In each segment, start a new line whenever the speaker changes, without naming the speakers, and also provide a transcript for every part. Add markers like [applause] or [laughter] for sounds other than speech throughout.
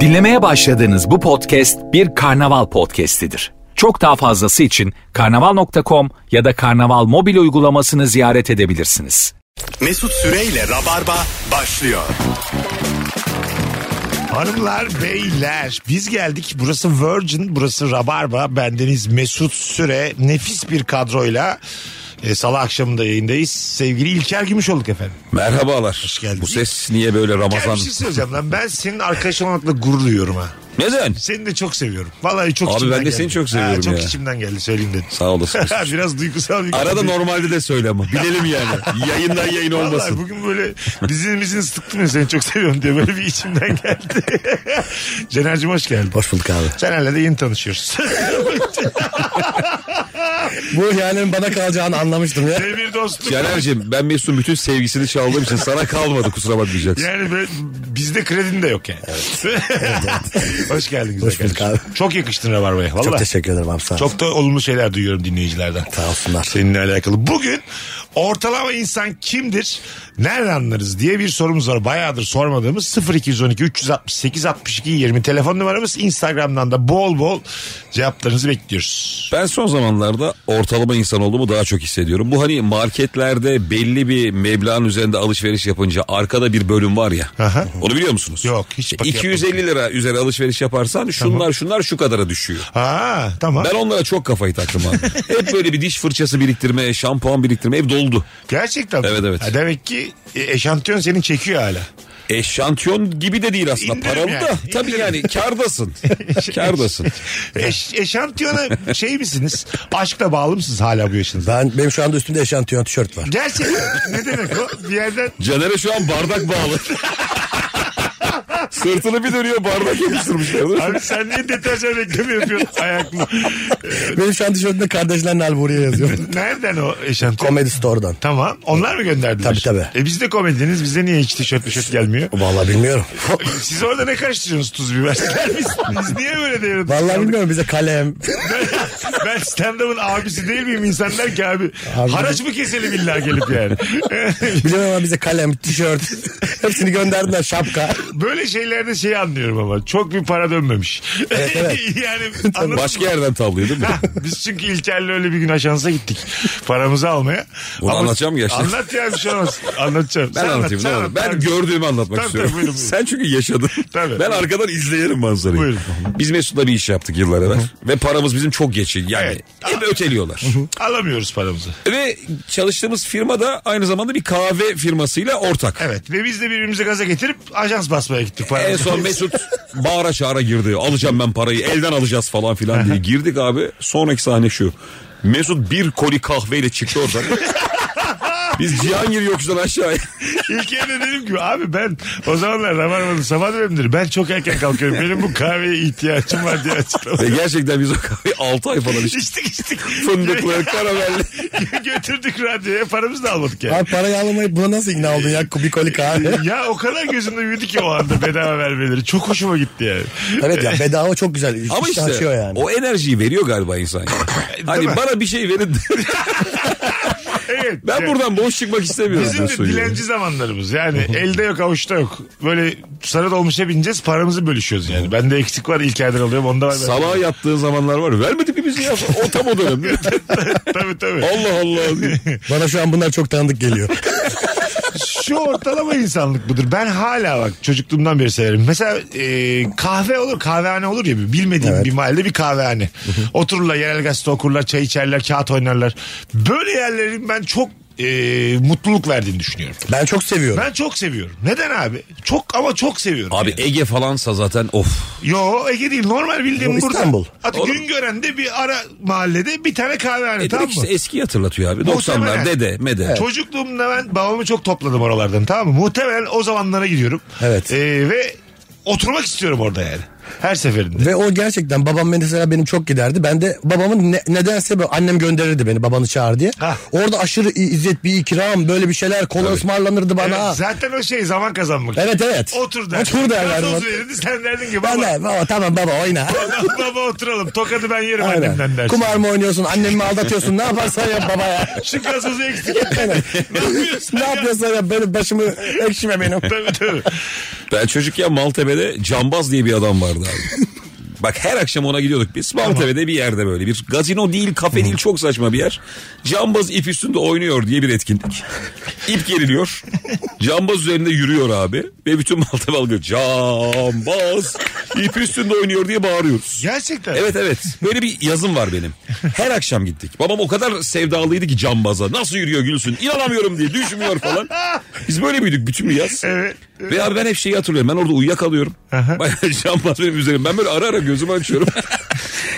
Dinlemeye başladığınız bu podcast bir karnaval podcastidir. Çok daha fazlası için karnaval.com ya da karnaval mobil uygulamasını ziyaret edebilirsiniz.
Mesut Süreyle Rabarba başlıyor.
Hanımlar, beyler biz geldik. Burası Virgin, burası Rabarba. Bendeniz Mesut Süre. Nefis bir kadroyla e, salı akşamında yayındayız. Sevgili İlker Gümüşoluk efendim.
Merhabalar.
geldin.
Bu ses niye böyle
Gel
Ramazan?
bir şey söyleyeceğim lan. Ben senin arkadaş olmakla gurur duyuyorum ha.
Neden?
Seni de çok seviyorum. Vallahi çok
Abi
içimden
ben de
geldi.
seni çok seviyorum
çok
ya.
içimden geldi söyleyeyim dedim.
Sağ
[laughs]
olasın.
Biraz duygusal bir
Arada normalde de söyle ama. Bilelim yani. Yayından yayın
Vallahi
olmasın.
bugün böyle dizimizin sıktım ya seni çok seviyorum diye böyle bir içimden geldi. [laughs] Cener'cim hoş geldin.
Hoş bulduk abi.
Cener'le de yeni tanışıyoruz. [laughs]
Bu yani bana kalacağını anlamıştım ya.
Demir dostluk.
Caner'cim ben Mesut'un bütün sevgisini çaldığım için sana kalmadı kusura bakmayacaksın.
Yani böyle bizde kredin de yok yani. [laughs] Hoş geldin güzel
Hoş bulduk
kardeşim. Çok yakıştın Rabarba'ya. Valla.
Çok teşekkür ederim abi sağ ol.
Çok da olumlu şeyler duyuyorum dinleyicilerden.
Sağ olsunlar.
Seninle alakalı. Bugün ortalama insan kimdir? Nereden anlarız diye bir sorumuz var. Bayağıdır sormadığımız 0212 368 62 20 telefon numaramız. Instagram'dan da bol bol cevaplarınızı bekliyoruz.
Ben son zamanlarda ortalama insan olduğumu daha çok hissediyorum. Bu hani marketlerde belli bir meblağın üzerinde alışveriş yapınca arkada bir bölüm var ya.
Aha.
Onu biliyor musunuz? E,
Yok, hiç bak
250 lira üzeri alışveriş yaparsan şunlar şunlar şu kadara düşüyor.
Ha tamam.
Ben onlara çok kafayı taktım abi.
[laughs]
Hep böyle bir diş fırçası biriktirme, şampuan biriktirme hep doldu.
Gerçekten.
Evet, evet.
Ha, demek ki e, eşantiyon seni çekiyor hala.
Eşantiyon gibi de değil aslında.
İndirim
Paralı
yani,
da.
indirim.
Tabii
[laughs]
yani kardasın. kardasın.
Şey, Eş, eşantiyona şey misiniz? Aşkla bağlı mısınız hala bu yaşınızda?
Ben benim şu anda üstümde eşantiyon tişört var.
Gerçekten ne demek o? Bir yerden
Caner'e şu an bardak bağlı. Sırtını bir dönüyor bardak yapıştırmışlar.
Abi sen niye deterjan reklamı yapıyorsun ayaklı?
Benim şu an tişörtümde kardeşler Nalburiye yazıyor. [laughs]
Nereden o eşantiyon?
Comedy Store'dan.
Tamam. Onlar mı gönderdiler?
Tabii, tabii.
E biz de komediniz. Bize niye hiç tişört tişört gelmiyor?
Vallahi bilmiyorum.
Siz orada ne karıştırıyorsunuz tuz biber? biz, biz niye böyle diyoruz?
Vallahi bilmiyorum bize kalem.
ben stand-up'ın abisi değil miyim? İnsanlar ki abi, haraç mı keselim illa gelip
[laughs]
yani?
Bilmiyorum ama bize kalem, tişört. [laughs] Hepsini gönderdiler şapka.
Böyle şeylerde şeyi anlıyorum ama. Çok bir para dönmemiş.
Evet, evet.
[laughs]
[laughs]
yani anladın mı?
Başka yerden tavlıyor değil mi?
Ha, Biz çünkü İlker'le öyle bir gün aşansa gittik. Paramızı almaya.
Bunu anlatacağım mı gerçekten?
Anlat ya bir şey
[laughs]
olmaz. Anlatacağım.
Ben
Sen
anlatayım.
anlat, sen
ne
anlat.
anlatayım. Ben gördüğümü anlatmak
Tabii,
istiyorum.
tabii, buyurun, buyurun.
Sen çünkü yaşadın.
Tabii.
Ben arkadan izleyelim manzarayı.
Buyurun.
Biz Mesut'la bir iş yaptık yıllar evvel. Ve paramız bizim çok geç. Yani
Evet.
hep öteliyorlar.
Alamıyoruz paramızı.
Ve çalıştığımız firma da aynı zamanda bir kahve firmasıyla ortak.
Evet. Ve biz de birbirimize gaza getirip ajans basmaya gittik
En
paramızı. [laughs]
son Mesut bağıra çağıra girdi. Alacağım ben parayı elden alacağız falan filan diye girdik abi. Sonraki sahne şu. Mesut bir koli kahveyle
[laughs]
çıktı oradan. Biz Cihangir yokuştan aşağıya.
İlker'e de dedim ki abi ben o zamanlar Rabarba'nın sabah dönemidir. Ben çok erken kalkıyorum. Benim bu kahveye ihtiyacım var diye açıkladım.
Ve gerçekten biz o kahveyi 6
[laughs]
ay falan içtik.
İçtik içtik.
Fındıklı, karamelli.
[laughs] Götürdük radyoya paramızı da almadık yani.
Abi parayı alamayıp buna nasıl ikna oldun ya? Bir
[laughs]
koli kahve.
Ya o kadar gözümde büyüdü ki o anda bedava vermeleri. Çok hoşuma gitti yani.
Evet ya bedava çok güzel.
Ama
İşte
işte
açıyor yani.
o enerjiyi veriyor
[laughs]
galiba insan. ya. hani
mi?
bana bir şey verin. [laughs]
Evet.
ben
Yani-
buradan boş çıkmak istemiyorum.
Bizim de
diyorsun yani.
dilenci zamanlarımız yani elde yok avuçta yok. Böyle sarı dolmuşa bineceğiz paramızı bölüşüyoruz yani. Bende eksik var İlker'den alıyorum onda var. bende.
Sabah yattığın zamanlar var. Vermedik mi bizi ya? O tam o dönem.
[laughs] tabii tabii.
Allah Allah. diye.
Bana şu an bunlar çok tanıdık geliyor.
Şu ortalama insanlık budur. Ben hala bak çocukluğumdan beri severim. Mesela e, kahve olur kahvehane olur ya bir bilmediğim bir mahallede bir kahvehane. Otururlar yerel gazete okurlar çay içerler kağıt oynarlar. Böyle yerlerin ben çok e, mutluluk verdiğini düşünüyorum.
Ben çok seviyorum.
Ben çok seviyorum. Neden abi? Çok ama çok seviyorum.
Abi Ege falansa zaten of.
Yo Ege değil normal bildiğim
Yo,
burada.
İstanbul.
At gün görende bir ara mahallede bir tane kahvehane
E
tamam mı?
direkt işte eski hatırlatıyor abi.
Muhtemelen.
90'lar dede mede.
Çocukluğumda ben babamı çok topladım oralardan tamam mı? Muhtemelen o zamanlara gidiyorum.
Evet.
Ee, ve oturmak istiyorum orada yani. Her seferinde.
Ve o gerçekten babam mesela benim çok giderdi. Ben de babamın ne- nedense böyle annem gönderirdi beni babanı çağır diye.
Ha.
Orada aşırı i- izzet bir ikram böyle bir şeyler kola ısmarlanırdı bana.
Evet,
Evet
zaten o şey zaman kazanmak.
evet. evet.
Otur der.
Otur derlerdi.
Gazoz verirdi sen derdin ki
Ben
baba,
de baba tamam baba oyna.
[laughs] baba oturalım tokadı ben yerim
Aynen.
annemden dersin.
Kumar mı oynuyorsun annemi mi aldatıyorsun ne yaparsan yap baba
[laughs]
ya.
Şu gazozu eksik
[laughs]
et. [laughs] ne yapıyorsun?
ne yapıyorsan yap benim başımı ekşime benim.
Tabii tabii.
Ben çocukken Maltepe'de Cambaz diye bir adam vardı
[laughs]
abi. Bak her akşam ona gidiyorduk biz. Maltepe'de bir yerde böyle bir gazino değil kafe değil çok saçma bir yer. Cambaz ip üstünde oynuyor diye bir etkinlik. İp geriliyor. Cambaz üzerinde yürüyor abi. Ve bütün Maltepe alıyor. Cambaz ip üstünde oynuyor diye bağırıyoruz.
Gerçekten.
Evet evet. Böyle bir yazım var benim. Her akşam gittik. Babam o kadar sevdalıydı ki cambaza. Nasıl yürüyor gülsün. İnanamıyorum diye düşmüyor falan. Biz böyle büyüdük bütün bir yaz.
Evet.
Ve abi ben hep şeyi hatırlıyorum. Ben orada uyuyakalıyorum. Bayağı [laughs] cambaz benim üzerim. Ben böyle ara ara
[laughs]
gözümü açıyorum.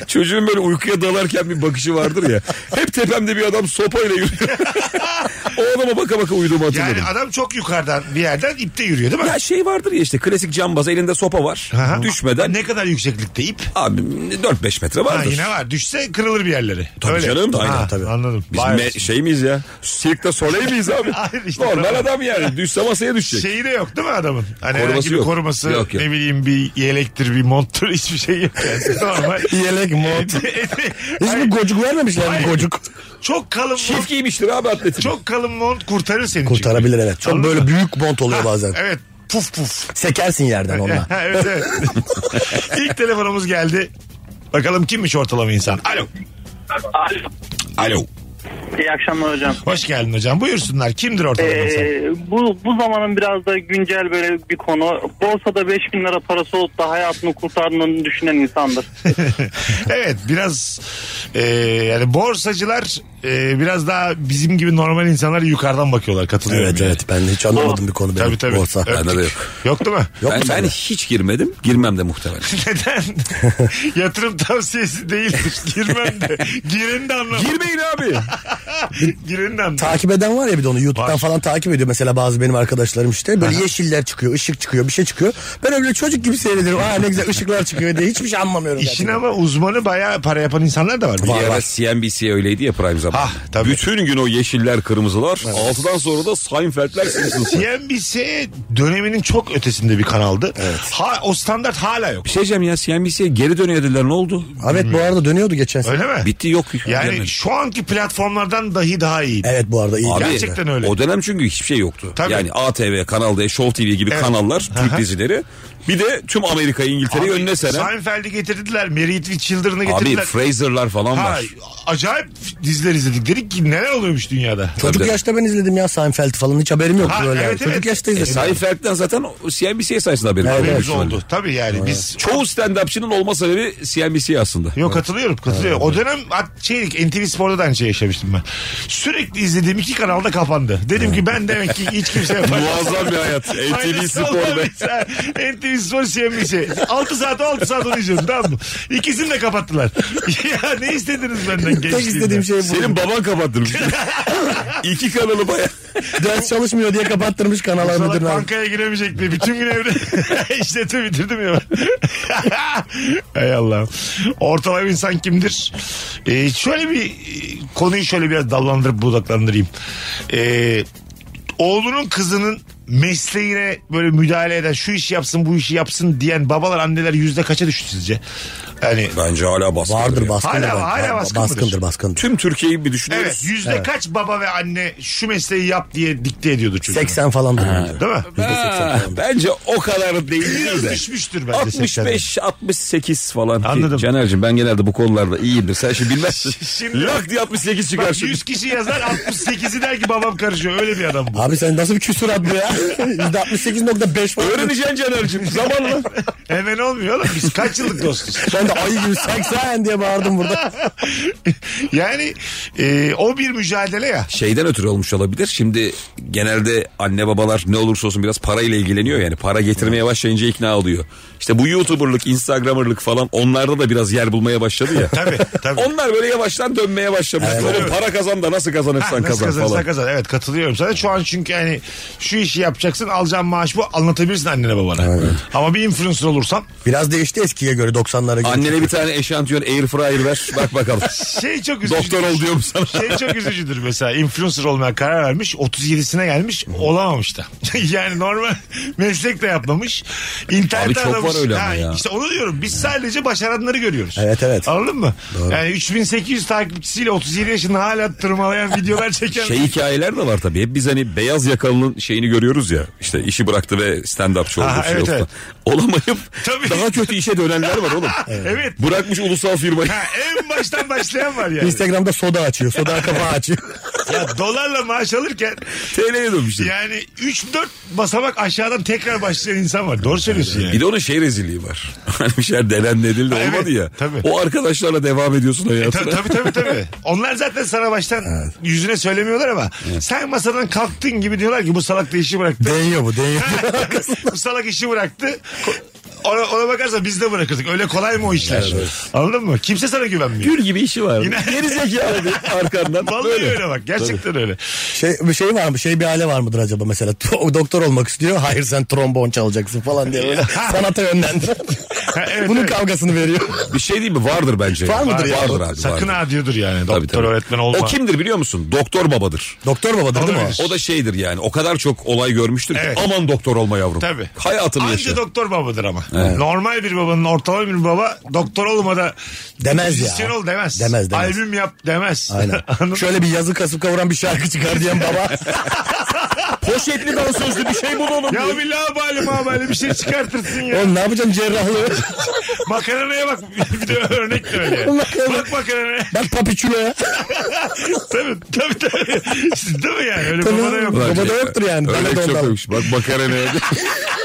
Çocuğun böyle uykuya dalarken bir bakışı vardır ya. Hep tepemde bir adam sopayla yürüyor. [laughs] o adama baka baka uyuduğumu hatırlıyorum.
Yani adam çok yukarıdan bir yerden ipte yürüyor değil mi?
Ya şey vardır ya işte klasik cambaz elinde sopa var.
Aha.
Düşmeden
Ne kadar yükseklikte ip?
abi 4-5 metre
Ha,
vardır.
yine var. Düşse kırılır bir yerlere.
Tabii canım, aynen tabii.
Anladım.
Biz
Vay
me-
olsun.
şey miyiz ya? Sirkte Soleil miyiz abi?
[laughs] Hayır işte, Şey-
Normal
bravo.
adam yani. Düşse masaya düşecek.
Şeyi de yok değil mi adamın? Hani
şey- Koruması
herhangi bir
yok.
koruması
Yok, yok.
ne bileyim bir yelektir bir monttur [laughs] hiçbir şey yok.
[laughs]
Yani normal.
Yelek mont. Hiçbir
Hayır,
gocuk vermemişler mi gocuk?
çok kalın
Çift
mont,
giymiştir abi atletin.
çok kalın mont kurtarır seni. çünkü.
Kurtarabilir evet. Çok
Anladın
böyle
mı?
büyük mont oluyor bazen.
Evet puf
[laughs]
puf.
Sekersin yerden onunla.
Ha, [laughs] evet, evet. İlk telefonumuz geldi. Bakalım kimmiş ortalama insan? Alo.
Alo.
Alo.
İyi akşamlar hocam.
Hoş geldin hocam. Buyursunlar. Kimdir ortalama insan?
Ee, bu bu zamanın biraz da güncel böyle bir konu. Borsada 5000 lira parası olup da hayatını kurtardığını düşünen insandır.
[laughs] evet biraz e, yani borsacılar e, biraz daha bizim gibi normal insanlar yukarıdan bakıyorlar katılıyorum.
Evet
yani.
evet ben hiç anlamadım bir konu. benim.
Tabii tabii.
Borsa.
Öptük.
Bende de yok.
Yok değil mi? [laughs]
Yok mu
ben, ben
sende?
hiç girmedim. Girmem de muhtemelen.
Neden? [laughs] Yatırım tavsiyesi değildir. Girmem de. Gireni de anlamam.
[laughs] Girmeyin abi.
Gireni de anlamam.
Takip eden var ya bir de onu YouTube'dan
Var.
falan takip ediyor mesela bazı benim arkadaşlarım işte böyle yeşiller çıkıyor ışık çıkıyor bir şey çıkıyor ben öyle çocuk gibi seyrediyorum aa ne güzel ışıklar çıkıyor diye hiçbir şey anlamıyorum
İşin
gerçekten.
ama uzmanı bayağı para yapan insanlar da var.
Bir ara CNBC öyleydi ya Prime zamanı.
Hah, tabii.
Bütün gün o yeşiller, kırmızılar. Altıdan sonra
[laughs]
da Seinfeldler, Simpsons'lar.
CNBC döneminin çok ötesinde bir kanaldı. Ha, o standart hala yok.
Bir şey diyeceğim ya CNBC'ye geri dönüyor dediler ne oldu?
Evet bu arada dönüyordu geçen sene.
Öyle mi?
Bitti yok.
Yani
Gelmedi.
şu anki platformlardan dahi daha iyi.
Evet bu arada iyi.
Abi,
Gerçekten öyle.
O dönem çünkü hiçbir şey yoktu.
Tabii.
Yani ATV, Kanal D, Show TV gibi
Evet.
kanallar, Türk
Aha.
dizileri. Bir de tüm Amerika, İngiltere'yi önüne seren.
Seinfeld'i getirdiler. Mary with Children'ı
Abi
getirdiler.
Fraser'lar falan
ha,
var.
acayip diziler izledik. Dedik ki neler oluyormuş dünyada.
Çocuk
Tabii.
yaşta ben izledim ya Seinfeld falan hiç haberim yoktu
Ha,
böyle.
evet,
yani. Çocuk
evet.
yaşta
E,
izledim.
Seinfeld'den zaten o CNBC sayesinde haberim
Evet,
var.
Haberimiz
Büyük ihtimalle.
oldu. Tabii yani biz
Çoğu stand-upçının olma sebebi CNBC aslında.
Yok katılıyorum katılıyorum. O dönem at- şey, NTV Spor'da da aynı şey yaşamıştım ben. Sürekli izlediğim iki kanalda kapandı. Dedim ki ben demek ki hiç kimse
[laughs]
Muazzam bir hayat. NTV
Aynısı
Spor
[laughs]
be.
olabilir. NTV Spor CNBC. 6 saat 6 saat onu izliyorum tamam mı? İkisini de kapattılar. [laughs] ya ne istediniz benden gençliğimde?
Tek istediğim şey bu.
Senin baban kapattırmış. İki kanalı baya.
Ders çalışmıyor diye kapattırmış kanala
Salak
müdürün abi.
bankaya giremeyecek diye bütün gün evde [laughs] işletme bitirdim ya. [laughs] Hay Allah'ım. Ortalama insan kimdir? Ee, şöyle bir e, konuyu şöyle biraz dallandırıp budaklandırayım. Ee, oğlunun kızının mesleğine böyle müdahale eden şu işi yapsın bu işi yapsın diyen babalar anneler yüzde kaça düştü sizce? Yani
Bence hala baskı.
Vardır baskındır.
Hala-
bence.
hala baskındır.
Baskındır baskındır.
Tüm Türkiye'yi bir
evet
düşünüyoruz.
yüzde kaç baba ve anne şu mesleği yap diye dikte ediyordu çocuğuna.
80 falan
Değil mi?
Ha, bence o kadar değil
Biraz
de.
düşmüştür bence.
65 68 falan.
Anladım.
Anladım. Caner'cim ben genelde bu konularda iyiyimdir. Sen şimdi bilmezsin.
[laughs] Şimdi-
Lak diye 68
Bak,
çıkar şimdi.
100 kişi yazar 68'i der ki babam karışıyor. Öyle bir adam bu.
Abi sen nasıl bir küsur adlı ya? %68.5 falan.
[laughs]
Öğreneceksin Caner'cim zamanla.
Hemen olmuyor oğlum. Biz kaç yıllık dostuz.
Ben de ayı gibi 80 diye bağırdım burada.
[laughs] yani e, o bir mücadele ya.
Şeyden ötürü olmuş olabilir. Şimdi genelde anne babalar ne olursa olsun biraz parayla ilgileniyor yani. Para getirmeye başlayınca ikna oluyor. İşte bu YouTuber'lık, Instagram'er'lık falan onlarda da biraz yer bulmaya başladı ya.
Tabii tabii.
Onlar böyle yavaştan dönmeye başlamış. Oğlum para kazan da nasıl
Ha,
kazanırsan
nasıl
kazan
kazanırsan
falan.
kazan. Evet katılıyorum sana. Şu an çünkü hani şu işi şey yapacaksın alacağın maaş bu anlatabilirsin annene babana. Ama bir influencer olursan
Biraz değişti eskiye göre 90'lara göre.
Annene bir tane eşantiyon air fryer ver.
[laughs]
Bak bakalım.
şey çok üzücü.
Doktor ol diyorum sana.
Şey çok üzücüdür mesela influencer olmaya karar vermiş 37'sine gelmiş olamamış da. [laughs] yani normal meslek de yapmamış. İnternet
Abi çok var öyle ama ya.
İşte onu diyorum biz sadece başaranları görüyoruz.
Evet, evet.
Anladın mı? Yani 3800 takipçisiyle 37 yaşında hala tırmalayan videolar çeken.
Şey hikayeler de var tabii. Hep biz hani beyaz yakalının şeyini görüyoruz ya. İşte işi bıraktı ve stand-upçı oldu.
Aha,
şey
evet,
oldu.
evet.
Olamayıp
Tabii.
daha kötü işe dönenler var oğlum.
[laughs] Evet.
Bırakmış ulusal firmayı. [laughs]
Ha, en baştan başlayan var yani.
Instagram'da soda açıyor. Soda kapağı açıyor.
ya dolarla maaş alırken
TL'ye dönmüştü.
yani 3-4 basamak aşağıdan tekrar başlayan insan var. Doğru söylüyorsun yani.
Bir de onun şey rezilliği var. [laughs] Hani bir şeyler denen denildi
Ha,
olmadı
evet,
ya.
tabii. E,
O arkadaşlarla devam ediyorsun
Tabii
hayatına.
tabii tabii. tabii. [laughs] Onlar zaten sana baştan yüzüne söylemiyorlar ama sen masadan kalktın gibi diyorlar ki bu salak da işi bıraktı. [laughs]
[laughs] Deniyor bu deniyor.
bu salak işi bıraktı. Ko- Ona, ona bakarsan biz de bırakırdık. Öyle kolay mı o işler? Anladın mı? Kimse sana güvenmiyor.
[laughs] Gül gibi işi var.
Yine-
Geri
[laughs]
zekalı diye arkandan.
Vallahi öyle, bak. Gerçekten öyle.
Şey, bir şey var mı? Şey bir hale var mıdır acaba mesela? [laughs] O doktor olmak istiyor. Hayır sen trombon çalacaksın falan diye böyle sanata yönlendir.
Ha, evet,
Bunun
evet.
kavgasını veriyor.
Bir şey değil mi? Vardır bence.
Var mıdır ya?
Vardır abi.
Sakın
vardır.
ha diyordur yani. Doktor
Tabii, tabii.
öğretmen olma.
O kimdir biliyor musun? Doktor babadır.
doktor babadır değil mi?
Olabilir.
O da şeydir yani o kadar çok olay görmüştür
Evet.
ki aman doktor olma yavrum.
Tabii.
Hayatını
Anca
yaşa.
doktor babadır ama. Normal bir babanın ortalama bir baba doktor olmada
Demez ya.
müzisyen ol demez.
Demez, demez.
Albüm yap demez.
[laughs] Aynen.
[laughs] Anladın mı?
Şöyle bir yazı kasıp kavuran bir şarkı çıkar diyen baba. [laughs] Poşetli dansözlü bir şey bulalım.
Ya bir labali mabali bir şey çıkartırsın ya.
Oğlum ne yapacaksın cerrahlığı?
Makaranaya bak. [laughs] Bir de örnek de öyle. yani.
Makarana.
Bak makaranaya.
Bak papiçuloya.
tabii tabii tabii. Değil mi yani? Öyle babada yok.
Tabii.
Bence-
Babada yoktur yani.
Örnek
Bende de
çok
ondan.
koymuş. şey Bak bakara ne?
[laughs]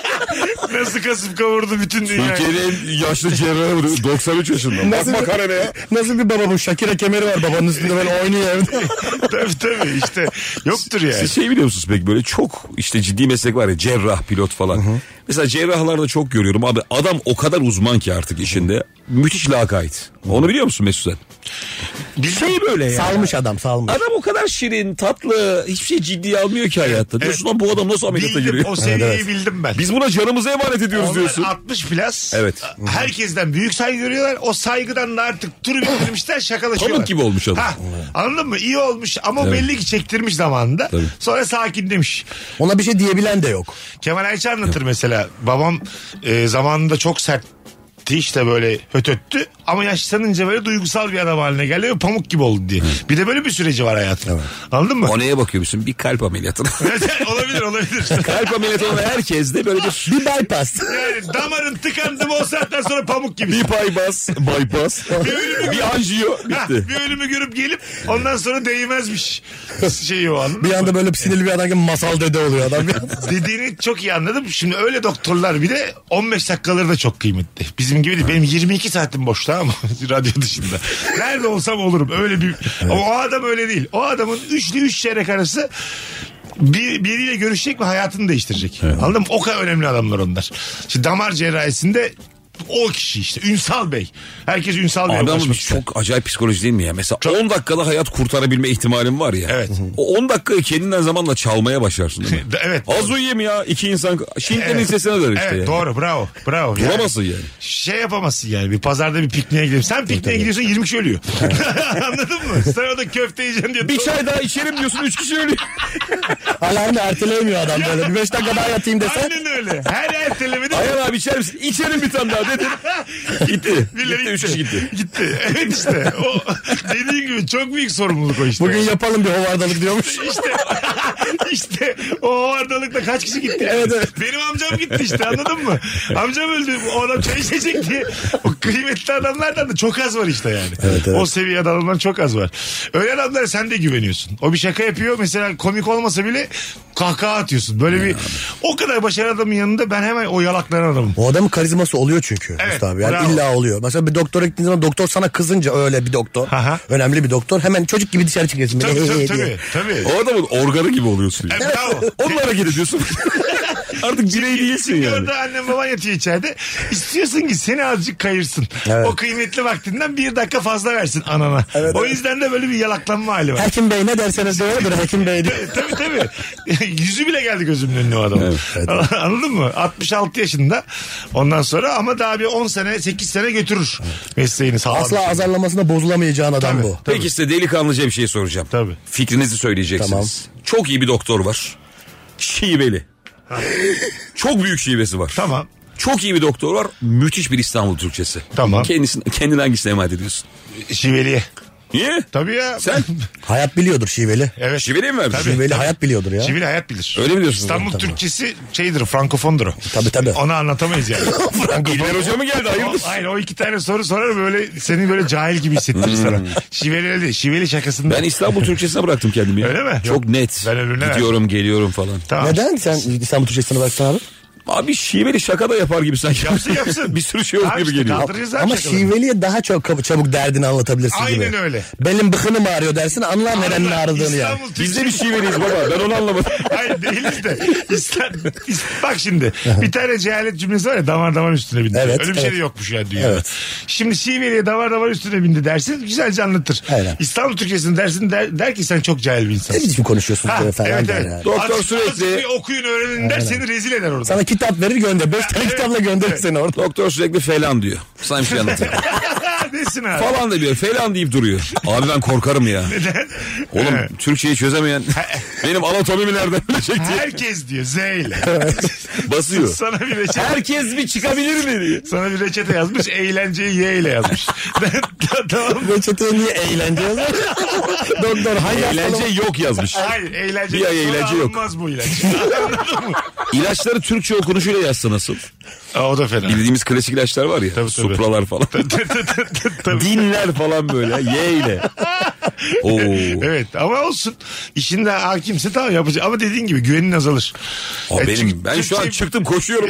Nasıl kasıp kavurdu bütün dünyayı.
Türkiye'nin en yaşlı cerrahı vuruyor. 93 yaşında. Bak
Nasıl bir-
bakara ne?
[laughs] Nasıl bir baba bu? Şakira kemeri var babanın üstünde böyle oynuyor evde. [laughs]
tabii tabii işte. Yoktur yani.
Siz şey biliyor musunuz peki böyle çok işte ciddi meslek var ya cerrah pilot falan. Mesela cerrahlarda çok görüyorum abi adam o kadar uzman ki artık işinde. Müthiş lakayt. Onu biliyor musun Mesut sen? Şey böyle ya.
salmış adam salmış.
Adam o kadar şirin, tatlı, hiçbir şey ciddiye almıyor ki hayatta. Diyorsun lan bu adam nasıl ameliyata
Bildim,
giriyor?
o seviyeyi
Evet, evet.
bildim ben.
Biz buna canımızı emanet ediyoruz
Onlar
diyorsun.
60 plus.
Evet.
Herkesten büyük saygı görüyorlar. O saygıdan da artık turu bitirmişler şakalaşıyorlar.
Pamuk gibi olmuş adam.
Ha, anladın mı? İyi olmuş ama o
Evet.
belli ki çektirmiş zamanında.
Tabii.
Sonra sakin demiş.
Ona bir şey diyebilen de yok.
Kemal Ayça anlatır mesela. Babam e, zamanında çok sertti işte böyle hötöttü ama yaşlanınca böyle duygusal bir adam haline geldi ve pamuk gibi oldu diye. Bir de böyle bir süreci var hayatında. Anladın [laughs] mı?
O neye bakıyor musun? Bir kalp ameliyatına.
olabilir olabilir.
[laughs] kalp ameliyatı olan herkes de böyle bir
Bir bypass.
[laughs] Yani damarın tıkandı mı o saatten sonra pamuk gibi.
bir bypass, bypass, bir anjiyo
Ha,
bitti.
bir ölümü görüp gelip ondan sonra değmezmiş şeyi o anladın
Bir
mı?
anda böyle bir sinirli bir adam gibi masal dede oluyor [laughs] adam. Bir anda.
Dediğini çok iyi anladım. Şimdi öyle doktorlar bir de 15 dakikaları da çok kıymetli. Bizim gibi değil. Benim 22 saatim boş tamam mı? [laughs] Radyo dışında. Nerede olsam olurum. Öyle bir... Ama o adam öyle değil. O adamın 3 ile 3 çeyrek arası bir, biriyle görüşecek ve hayatını değiştirecek. Anladın mı? O kadar önemli adamlar onlar. Şimdi damar cerrahisinde o kişi işte. Ünsal Bey. Herkes Ünsal Bey'e
Adamın
ulaşmak
bir
ister.
çok acayip psikoloji değil mi ya? Mesela 10 dakikada hayat kurtarabilme ihtimalin var ya.
Evet.
O 10 dakikayı kendinden zamanla çalmaya başlarsın değil mi?
[laughs] Evet.
Az uyuyayım ya iki insan. Şintlerin evet. sesine dönüştü
Evet
yani.
doğru bravo bravo. Yani
Duramazsın yani.
Şey yapamazsın yani bir pazarda bir pikniğe gidelim. Sen pikniğe gidiyorsun 20 kişi
[laughs]
ölüyor. [laughs] Anladın mı? Sen orada köfte yiyeceksin diye.
Bir çay daha içerim diyorsun üç kişi
[laughs]
ölüyor.
Alarmı erteleyemiyor adam böyle. Bir beş dakika daha yatayım desen.
Aynen öyle. Her ertelemede
Ayhan abi içer misin? İçerim bir tane daha dedim. Gitti.
[laughs] birileri
Gitti üç kişi gitti.
Gitti. [laughs] Evet işte. O dediğin gibi çok büyük sorumluluk o işte.
Bugün yapalım bir hovardalık diyormuş.
işte [laughs] işte o vardalıkta kaç kişi gitti?
Evet, evet.
Benim amcam gitti işte anladın mı? Amcam öldü. O adam çay içecek diye. O kıymetli adamlardan da çok az var işte yani. O seviyede adamlar çok az var. Öyle adamlara sen de güveniyorsun. O bir şaka yapıyor. Mesela komik olmasa bile kahkaha atıyorsun. Böyle bir o kadar başarılı adamın yanında ben hemen o yalaklanan
[laughs]
adamım.
O adamın karizması oluyor çünkü
Evet,
Mustafa abi. Yani
bravo.
illa oluyor. Mesela bir doktora gittiğin zaman doktor sana kızınca öyle bir doktor.
Aha.
Önemli bir doktor. Hemen çocuk gibi dışarı çıkıyorsun. Böyle
Tabii
hey
tabii
hey
tabii.
diye.
tabii.
O adamın organı gibi oluyorsun.
E, bravo. [laughs]
Onlara hareket ediyorsun. Artık birey değilsin
Çünkü
yani.
orada annem baban yatıyor içeride. İstiyorsun ki seni azıcık kayırsın.
Evet.
O kıymetli vaktinden bir dakika fazla versin anana. o yüzden de böyle bir yalaklanma hali var.
Hekim Bey ne derseniz doğrudur Hekim Bey. diye.
tabii tabii. [laughs] Yüzü bile geldi gözümün önüne o adamın. [laughs] Anladın mı? 66 yaşında. Ondan sonra ama daha bir 10 sene 8 sene götürür mesleğini sağlam. bir
Asla
şekilde.
azarlamasına bozulamayacağın adam bu.
Peki size delikanlıca bir şey soracağım.
Tabii.
Fikrinizi söyleyeceksiniz. Çok iyi bir doktor var. Şiveli. Çok büyük şivesi var.
Tamam.
Çok iyi bir doktor var. Müthiş bir İstanbul Türkçesi.
Tamam.
Kendisini, kendini hangisine emanet ediyorsun?
Şiveliye.
Niye?
Tabii ya.
Sen?
Hayat biliyordur şiveli.
[laughs] Evet.
Şiveli mi vermişsin?
Şiveli hayat biliyordur ya.
Şiveli hayat bilir.
Öyle mi diyorsunuz?
İstanbul Türkçesi şeydir, frankofondur o.
Tabii, tabii.
Onu anlatamayız
[laughs]
yani.
İlber Hoca mı geldi?
O,
Hayırdır?
hayır o iki tane soru sorar böyle seni böyle cahil gibi hissettirir sana. Şiveli öyle değil. Şiveli şakasında.
Hmm. Ben İstanbul Türkçesine bıraktım kendimi. ya.
Öyle mi?
Çok
Yok.
net.
Ben öbürüne
Gidiyorum geliyorum falan.
Tamam.
Neden sen İstanbul Türkçesi'ne baktın abi?
Abi şiveli şaka da yapar gibi sanki.
Yapsın yapsın.
[laughs] bir sürü şey olur
Tamam
gibi
işte,
geliyor.
kaldırırız abi
Ama
şakaları.
şiveliye daha çok kab- çabuk derdini anlatabilirsin gibi.
Aynen öyle.
Benim bıkınım ağrıyor dersin anlar neden
Allah,
ağrıdığını yani.
İstanbul Türkçesi-
Biz de bir şiveliyiz baba. Ben onu anlamadım.
Hayır değiliz de. İster, is- bak şimdi bir tane cehalet cümlesi var ya damar damar üstüne bindi.
Evet,
Öyle bir şey de
evet.
yokmuş yani dünyada.
Evet.
Şimdi Şiveli'ye damar damar üstüne bindi dersin güzelce anlatır.
Aynen.
İstanbul Türkçesini dersin der, der ki sen çok cahil bir
Ne
insansın.
biçim konuşuyorsunuz
Ha,
böyle falan
evet,
der
evet.
yani.
Doktor
Azıcık-
sürekli-
azıcık bir okuyun öğrenin der seni rezil eder orada.
Sana kitap verir gönder. Beş tane
Evet,
kitapla gönder
evet.
seni orada.
Doktor sürekli falan diyor. Sana bir
[laughs]
şey anlatıyor.
[laughs] Desin abi. [laughs]
falan da diyor. Falan deyip duruyor. Abi ben korkarım ya.
Neden?
Oğlum
[laughs]
Türkçeyi çözemeyen benim anatomimi nereden bilecek diye
Herkes diyor Z ile.
basıyor.
[laughs] Sana bir reçete,
Herkes bir çıkabilir mi diye.
sana bir reçete yazmış. Eğlenceyi Y ile yazmış. [laughs] tamam.
Reçeteye niye eğlence yazar? [laughs] Doktor hangi
Eğlence
hastalığı-
yok yazmış.
Hayır eğlence.
Bir ay
Sonra
eğlence yok.
alınmaz bu ilaç.
İlaçları Türkçe okunuşuyla yazsa nasıl?
[laughs] Aa, o da
[laughs]
fena.
Bildiğimiz klasik ilaçlar var ya.
Tabii, tabii.
Supralar falan. Dinler falan böyle. Y ile.
[laughs]
Oo.
Evet ama olsun. İşinde hakimse tamam yapacak. Ama dediğin gibi güvenin azalır.
Aa,
E, çünkü
benim, ben şu an
Türkçe- [laughs]
çıktım koşuyorum.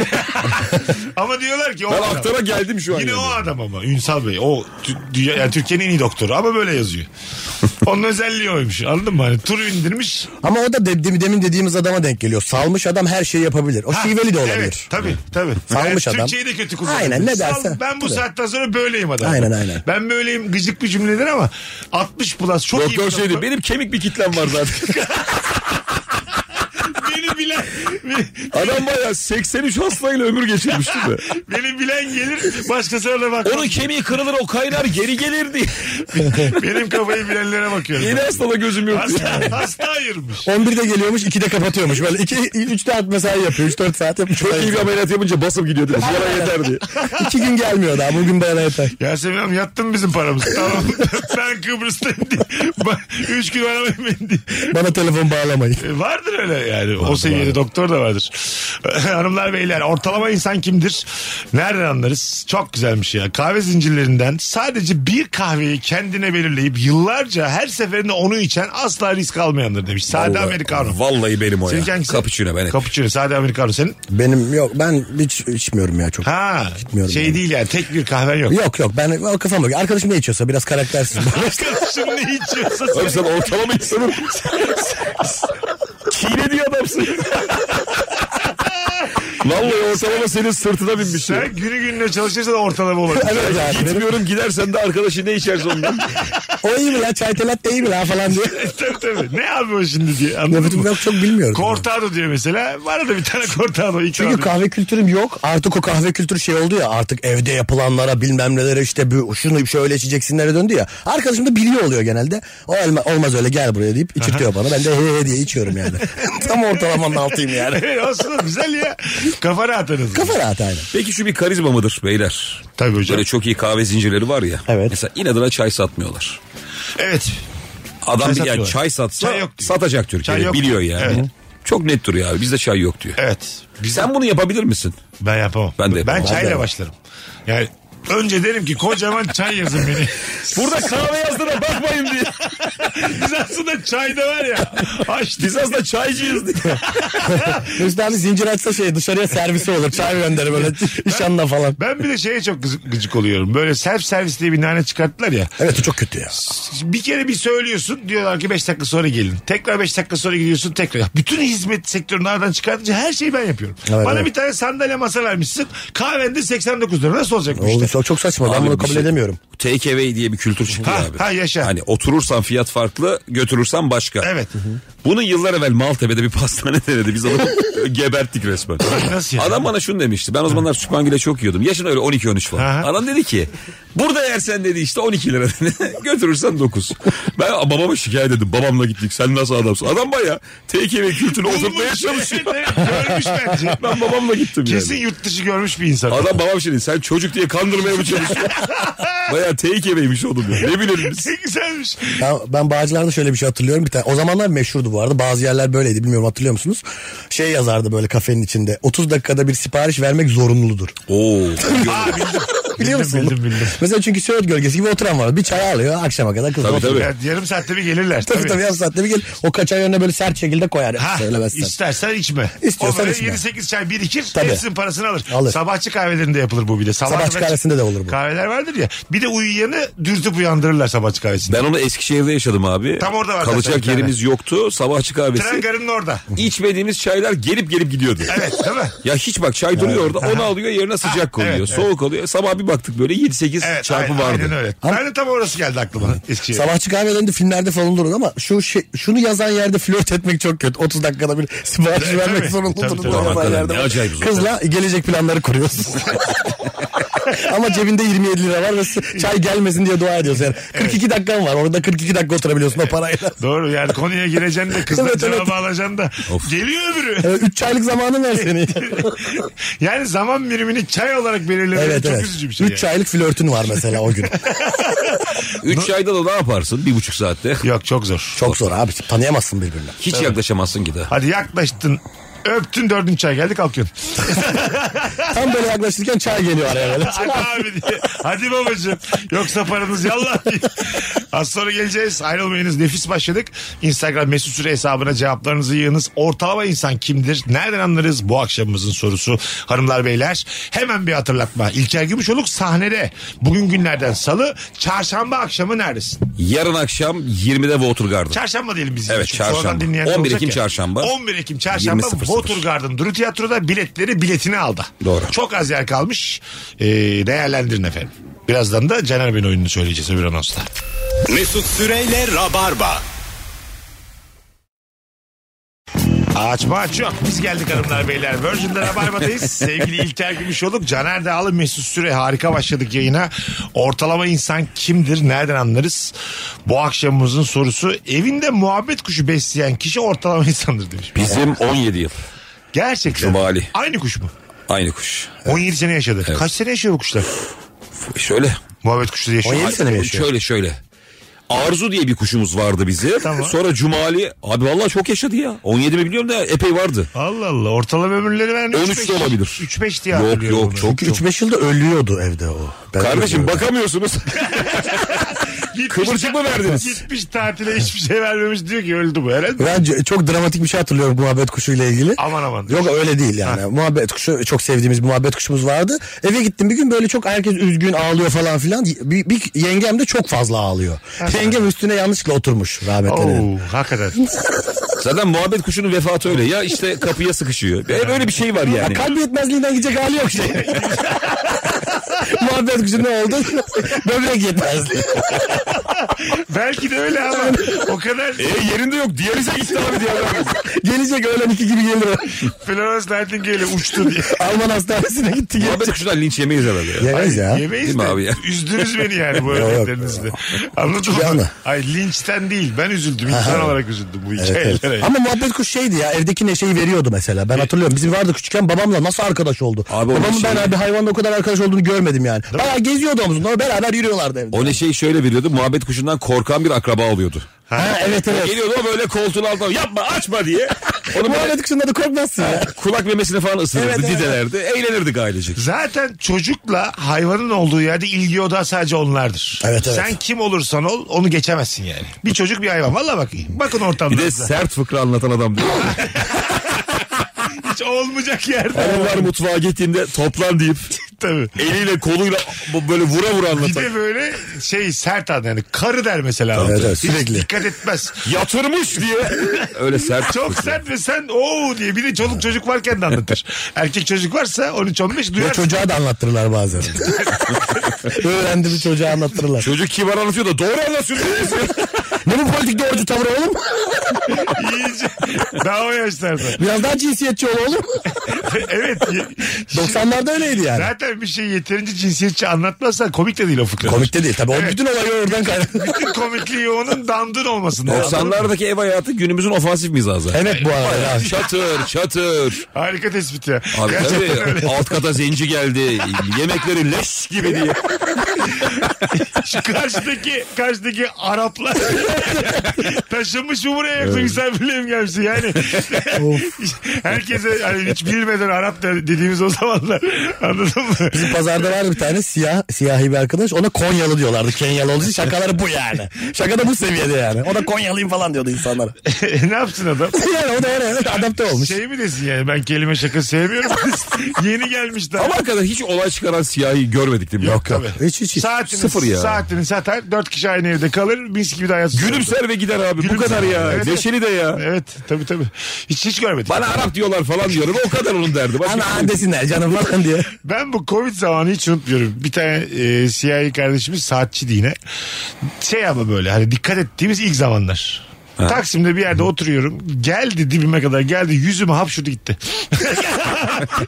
Ama diyorlar ki o
Ben
adam.
aktara geldim şu an.
Yine
yani.
o adam ama Ünsal Bey. O tü- dünya- yani Türkiye'nin en iyi doktoru ama böyle
[laughs]
yazıyor. Onun özelliği oymuş. Anladın mı? Hani turu indirmiş.
Ama o da de- de- demin dediğimiz adama denk geliyor. Salmış adam her şeyi yapabilir. O
Ha,
şiveli de olabilir.
Evet, tabii tabii.
Salmış adam.
Türkçeyi de kötü kullanıyor.
Aynen, ne
Sal-
derse.
ben bu
Tabii.
saatten sonra böyleyim adam.
Aynen, aynen.
Ben böyleyim gıcık bir cümledir ama 60 plus çok iyi.
Doktor
bir
şey diyor, benim kemik bir kitlem var
[laughs]
zaten.
Beni bilen, [laughs]
Adam bayağı 83 hastayla ömür geçirmişti de.
beni bilen gelir başkasına da bakmaz.
[laughs] Onun kemiği kırılır o kaynar geri gelir diye.
Benim kafayı bilenlere bakıyorum.
[laughs] Yeni hastala gözüm yok diye.
Hasta, hasta ayırmış.
11'de geliyormuş 2'de kapatıyormuş. Böyle 2 3 saat mesai yapıyor. 3 4 saat yapmış.
Çok iyi bir ameliyat yapınca basım gidiyordu. Bu yana yeter
[laughs]
diye.
2 gün gelmiyor daha. Bugün bana yeter.
Yasemin Hanım yattın bizim paramız. Tamam [laughs] ben Kıbrıs'tayım diye. Ba- Üç gün aramayın beni diye.
Bana telefon bağlamayın.
E, Vardır öyle yani. o seviyede doktor da vardır. [laughs] Hanımlar beyler ortalama insan kimdir? Nereden anlarız? Çok güzelmiş ya. Kahve zincirlerinden sadece bir kahveyi kendine belirleyip yıllarca her seferinde onu içen asla risk almayandır demiş. Sade
[laughs] Vallahi-
Amerikano.
Vallahi benim o
Seninki
ya.
hangisi?
Cappuccino ben. hep.
Cappuccino sade Amerikano senin.
Benim yok ben hiç içmiyorum ya çok.
Ha
Gitmiyorum
şey
yani.
değil yani tek bir kahven
[laughs]
yok.
Yok yok ben o kafam yok. Arkadaşım ne içiyorsa biraz karaktersiz.
Arkadaşım ne içiyorsa
Oğlum sen
senin-
ortalama insanın. [laughs] Çiğne diye adamsın. [laughs] Vallahi ortalama senin sırtına binmiş. ya.
sen günü gününe çalışırsan ortalama
[laughs]
olabilir.
evet abi. benim-
Gitmiyorum gidersen de arkadaşın ne içerse ondan.
o iyi mi lan çay telat değil mi lan falan diye.
[laughs]
tabii tabii. Ne abi o şimdi diye
Ne
anladın
bileyim,
mı?
yok çok bilmiyorum.
Cortado diyor mesela. Var da bir tane Cortado. iki
Çünkü
adet.
kahve kültürüm yok. Artık o kahve kültürü şey oldu ya artık evde yapılanlara bilmem nelere işte bu, şunu şöyle içeceksinlere döndü ya. Arkadaşım da biliyor oluyor genelde. O elma, olmaz öyle gel buraya deyip içirtiyor bana. Ben de he he diye içiyorum yani.
[laughs]
[laughs] Tam ortalamanın
[laughs]
altıyım yani.
Evet aslında güzel ya. Kafa rahat en azından.
Kafa rahat aynen.
Peki şu bir karizma mıdır beyler?
Tabii hocam.
Böyle çok iyi kahve zincirleri var ya.
Evet.
Mesela inadına çay satmıyorlar.
Evet.
Adam
Çay
bir yani
satmıyorlar.
çay satsa
Çay yok diyor.
satacak Türkiye'de
Çay yok
biliyor
diyor.
yani.
Evet.
Çok net duruyor abi bizde çay yok diyor.
Evet.
Sen bunu yapabilir misin?
Ben yapamam.
Ben de yapamam.
Ben
Ben de
çayla
yapamam.
başlarım. Yani Önce derim ki kocaman çay yazın beni.
Burada kahve yazdığına bakmayın diye.
[laughs] Biz aslında çayda var ya. Açtık.
Biz aslında çaycıyız diye.
Mesut abi zincir açsa şey dışarıya servisi olur. Çay gönderir
[laughs]
böyle nişanla falan.
Ben bir de şeye çok gıcık, gıcık oluyorum. Böyle self servis diye bir nane çıkarttılar ya.
Evet o çok kötü ya.
Bir kere bir söylüyorsun diyorlar ki 5 dakika sonra gelin. Tekrar 5 dakika sonra gidiyorsun tekrar. Bütün hizmet sektörünü aradan çıkartınca her şeyi ben yapıyorum.
Evet,
Bana
evet.
bir tane sandalye masa vermişsin. Kahven de 89 lira. Nasıl olacak bu
Oğlum
işte?
çok, çok saçma ben
Abi
bunu
bir
kabul
şey-
edemiyorum.
Take away diye bir kültür çıktı
Ha,
abi.
ha, yaşa.
Hani oturursan fiyat farklı, götürürsen başka.
Evet.
Bunu yıllar evvel Maltepe'de bir pastane [laughs] denedi. Biz adamı geberttik resmen.
Nasıl yani?
Adam bana şunu demişti. Ben o zamanlar süpangile çok yiyordum. Yaşın öyle 12-13 falan.
Aha.
Adam dedi ki burada yersen dedi işte 12 lira [laughs] dedi. Götürürsen 9. Ben babama şikayet ettim. Babamla gittik. Sen nasıl adamsın? Adam baya take away kültürünü oturtmaya
Bulmuş.
çalışıyor.
Evet, evet, Görmüş bence.
ben babamla gittim
Kesin
yani.
yurt dışı görmüş bir insan.
Adam babam şimdi sen çocuk diye kandırmaya
[laughs]
mı çalışıyorsun? Baya take away'miş oğlum ya. Ne bilelim biz.
Ne güzelmiş.
Ben, ben Bağcılar'da şöyle bir şey hatırlıyorum. Bir tane, o zamanlar meşhurdu bu arada. Bazı yerler böyleydi bilmiyorum hatırlıyor musunuz? Şey yazardı böyle kafenin içinde. 30 dakikada bir sipariş vermek zorunludur.
Oo.
[laughs] Biliyor
Bildim,
musun?
bildim, bildim.
Mesela çünkü Söğüt gölgesi gibi oturan var. Bir çay alıyor akşama kadar kız.
Tabii,
oturuyor.
tabii.
Ya, yarım saatte bir gelirler.
Tabii tabii yarım saatte bir gel. O kaçan önüne böyle sert şekilde koyar.
Ha,
Söylemezsen.
istersen içme.
İstiyorsan
o böyle
içme.
7-8 çay birikir
Tabii.
hepsinin parasını alır.
Alır.
Sabahçı kahvelerinde yapılır bu bir de. Sabah
Sabahçı
kahve-
kahvesinde de olur bu.
Kahveler vardır ya. Bir de uyuyanı dürtüp uyandırırlar sabahçı kahvesinde.
Ben onu Eskişehir'de yaşadım abi.
Tam orada var zaten bir
Kalacak
tane.
yerimiz yoktu. Sabahçı
Tren
kahvesi.
garının orada.
İçmediğimiz çaylar gelip gelip gidiyordu.
Evet değil mi?
Ya hiç bak çay duruyor orada onu alıyor yerine sıcak koyuyor.
evet,
Soğuk oluyor. Sabah bir baktık böyle 7-8
Evet,
çarpı
aynen,
vardı.
Aynen öyle. Ben de tam orası geldi aklıma. Eskişehir.
Sabahçı kahvelerinde filmlerde falan durur ama şu şey, şunu yazan yerde flört etmek çok kötü. 30 dakikada bir sipariş
Evet,
vermek
E, tabii.
zorunda
Tabii,
durur.
tabii.
Yazan
Hakikaten
yerde
ne
var.
acayip zor.
Kızla gelecek
[laughs]
planları kuruyorsun. ama cebinde 27 lira var ve çay gelmesin diye dua ediyorsun. Yani 42 dakikan var. Orada 42 dakika oturabiliyorsun o parayla.
Doğru yani konuya gireceksin de kızla
[laughs] Evet,
cevabı
evet.
alacaksın da. Geliyor öbürü.
3 çaylık zamanın var
[laughs]
senin.
yani zaman birimini çay olarak belirlemek
evet
çok
evet.
üzücü bir
3
şey. yani.
aylık flörtün var mesela o gün.
[laughs]
3 çayda da ne yaparsın bir buçuk saatte?
[laughs] Yok çok zor.
Çok zor abi. Tanıyamazsın birbirini.
Hiç yaklaşamazsın ki de.
Hadi yaklaştın. Öptün dördüncü çay geldi kalkıyorsun.
Tam böyle yaklaşırken çay geliyor araya böyle.
Hadi abi diye. Hadi babacığım. Yoksa paranız yallah diye. Az sonra geleceğiz. Ayrılmayınız. Nefis başladık. Instagram mesut süre hesabına cevaplarınızı yığınız. Ortalama insan kimdir? Nereden anlarız? Bu akşamımızın sorusu. Hanımlar beyler hemen bir hatırlatma. İlker Gümüşoluk sahnede. Bugün günlerden salı. Çarşamba akşamı neredesin?
Yarın akşam 20'de Watergarden.
Çarşamba diyelim biz.
Evet,
için.
çarşamba.
Sonradan dinleyenler
11
olacak
Ekim
ya.
çarşamba.
11 Ekim çarşamba
20.00.
Watergarden Duru Tiyatro'da biletleri biletini aldı.
Doğru.
Çok az yer kalmış. Ee, değerlendirin efendim. Birazdan da Caner Bey'in oyununu söyleyeceğiz öbür anonsla.
Mesut Süreyle Rabarba.
Açma aç yok. Biz geldik hanımlar beyler. Virgin'de Rabarba'dayız.
[laughs]
Sevgili İlker Gümüşoluk, Caner Dağlı, Mesut Süre. Harika başladık yayına. Ortalama insan kimdir? Nereden anlarız? Bu akşamımızın sorusu evinde muhabbet kuşu besleyen kişi ortalama insandır demiş.
Bizim 17 yıl.
Gerçekten.
Cumali.
Aynı kuş mu?
Aynı kuş.
17 sene yaşadı. Kaç sene yaşıyor bu kuşlar?
Şöyle.
Muhabbet kuşu diye yaşıyor.
17 sene mi yaşıyor?
Şöyle şöyle. Arzu diye bir kuşumuz vardı bizim.
Tamam.
Sonra Cumali. Abi vallahi çok yaşadı ya. 17 mi biliyorum da epey vardı.
Allah Allah. Ortalama ömürleri ben
13 de olabilir.
3-5 diye
Yok,
hatırlıyorum
yok,
bunu.
çok-
3-5 yılda ölüyordu evde o. Ben
Kardeşim
ölüyorum.
[laughs]
bakamıyorsunuz. [laughs]
Gitmiş-
Kıvırcık mı verdiniz?
Gitmiş tatile hiçbir şey vermemiş diyor ki öldü bu herhalde.
Ben c- çok dramatik bir şey hatırlıyorum muhabbet kuşuyla ilgili.
Aman aman.
Yok öyle değil yani. Muhabbet kuşu çok sevdiğimiz bir muhabbet kuşumuz vardı. Eve gittim bir gün böyle çok herkes üzgün ağlıyor falan filan. Bir, bir yengem de çok fazla ağlıyor. yengem üstüne yanlışlıkla oturmuş rahmetli.
Oo, hakikaten.
Zaten muhabbet kuşunun vefatı öyle. Ya işte kapıya sıkışıyor. Hep öyle bir şey var yani.
Kalp yetmezliğinden gidecek hali yok şey.
[laughs]
muhabbet kuşu ne oldu? Böbrek yetmezliği.
Belki de öyle ama o kadar
E yerinde yok. Diyalize gitti abi
[laughs]
diyorlar.
Gelecek öğlen iki gibi gelir. o.
Florence Nightingale uçtu diye.
Alman hastanesine gitti. gelecek.
Muhabbet kuşundan linç yemeyiz herhalde ya.
Yemez ya.
Yemeyiz
Değil mi
de
abi ya?
üzdünüz beni yani bu
Yok, yok.
örneklerinizle. Anladın
şey
Hiçbir
mı?
yana.
Ay linçten değil ben üzüldüm. İnsan olarak üzüldüm bu
Evet,
hikayelere.
evet. Ama muhabbet kuş şeydi ya evdeki neşeyi veriyordu mesela. Ben hatırlıyorum bizim vardı küçükken babamla nasıl arkadaş oldu.
Abi o
Babamın ben
neşeyi-
abi hayvanla o kadar arkadaş olduğunu görmedim yani. Bayağı geziyordu omzunda ama beraber yürüyorlardı evde.
O neşeyi şöyle veriyordu. Muhabbet kuşundan korkan bir akraba oluyordu.
Ha, evet evet.
Geliyordu o böyle koltuğun altına yapma açma diye.
Onu Muhabbet da korkmazsın ya.
Kulak memesini falan ısırırdı,
Evet, evet.
didelerdi. Eğlenirdik ailecek.
Zaten çocukla hayvanın olduğu yerde ilgi odağı sadece onlardır.
Evet, evet.
Sen kim olursan ol onu geçemezsin yani. Bir çocuk bir hayvan. Valla bak bakın
Bir de
ortamda.
sert fıkra anlatan adam diyor.
Hiç olmayacak yerde.
Hanımlar mutfağa gittiğinde toplan deyip
Tabii.
eliyle koluyla bu- böyle vura vura
Bir
anlatan.
de böyle şey sert adam yani karı der mesela.
Evet, evet,
Hiç
sürekli.
dikkat etmez.
Yatırmış
[laughs]
diye. Öyle sert.
Çok sert ve sen ooo diye bir de çoluk çocuk varken de anlatır. Erkek çocuk varsa 13-15
Ve
duyar.
çocuğa da
[laughs]
anlattırırlar bazen. Öğrendi bir çocuğa anlattırırlar.
Çocuk kibar anlatıyor da doğru anlatıyor.
Ne bu politik doğrucu tavır oğlum?
İyice. Daha o yaşlarda.
Biraz daha cinsiyetçi ol
[laughs]
oğlum.
evet. ye-
90'larda öyleydi yani.
Zaten bir şey yeterince cinsiyetçi anlatmazsan komik de değil o fıkralar.
Komik de değil. Tabii o bütün olayı oradan kaynaklı.
Bütün komikliği onun dandın olmasında.
90'lardaki ev hayatı günümüzün ofansif mizahı.
Evet bu arada. ya.
Çatır çatır.
Harika tespit ya.
Abi
Gerçekten
tabii
öyle.
alt kata zenci geldi. Yemekleri leş gibi diye.
Şu [laughs] karşıdaki, karşıdaki Araplar [laughs] taşınmış mı buraya yoksa misafirliğe mi gelmişsin yani? [laughs] Herkese hani hiç bilmeden Arap da dediğimiz o zamanlar. Anladın mı?
Bizim pazarda vardı bir tane siyah siyahi bir arkadaş. Ona Konyalı diyorlardı. Kenyalı olduğu için şakaları bu yani. Şaka da bu seviyede yani. O da Konyalıyım falan diyordu insanlara.
E, ne yapsın adam?
[laughs] yani o da öyle adapte olmuş.
Şey mi desin yani ben kelime şaka
[laughs]
sevmiyorum. Yeni gelmiş daha.
Ama kadar hiç olay çıkaran siyahi görmedik değil mi?
Yok yok. Hiç hiç. hiç.
Saatini,
Sıfır ya.
saatini satar. Dört kişi aynı evde kalır. Mis gibi de hayat sürer.
Gülümser ve gider abi. Bu
Gülümser.
kadar ya.
Evet.
Neşeli de ya.
Evet tabii tabii. Hiç hiç görmedik.
Bana Arap diyorlar falan diyorum. O kadar onun derdi. Başka şey
Ana desinler canım falan diye.
Ben bu Covid zamanı hiç unutmuyorum. Bir tane e, siyahi kardeşimiz saatçi yine. Şey ama böyle hani dikkat ettiğimiz ilk zamanlar. Taksim'de bir yerde oturuyorum. Geldi dibime kadar geldi. Yüzüme hapşurdu
[laughs]
gitti.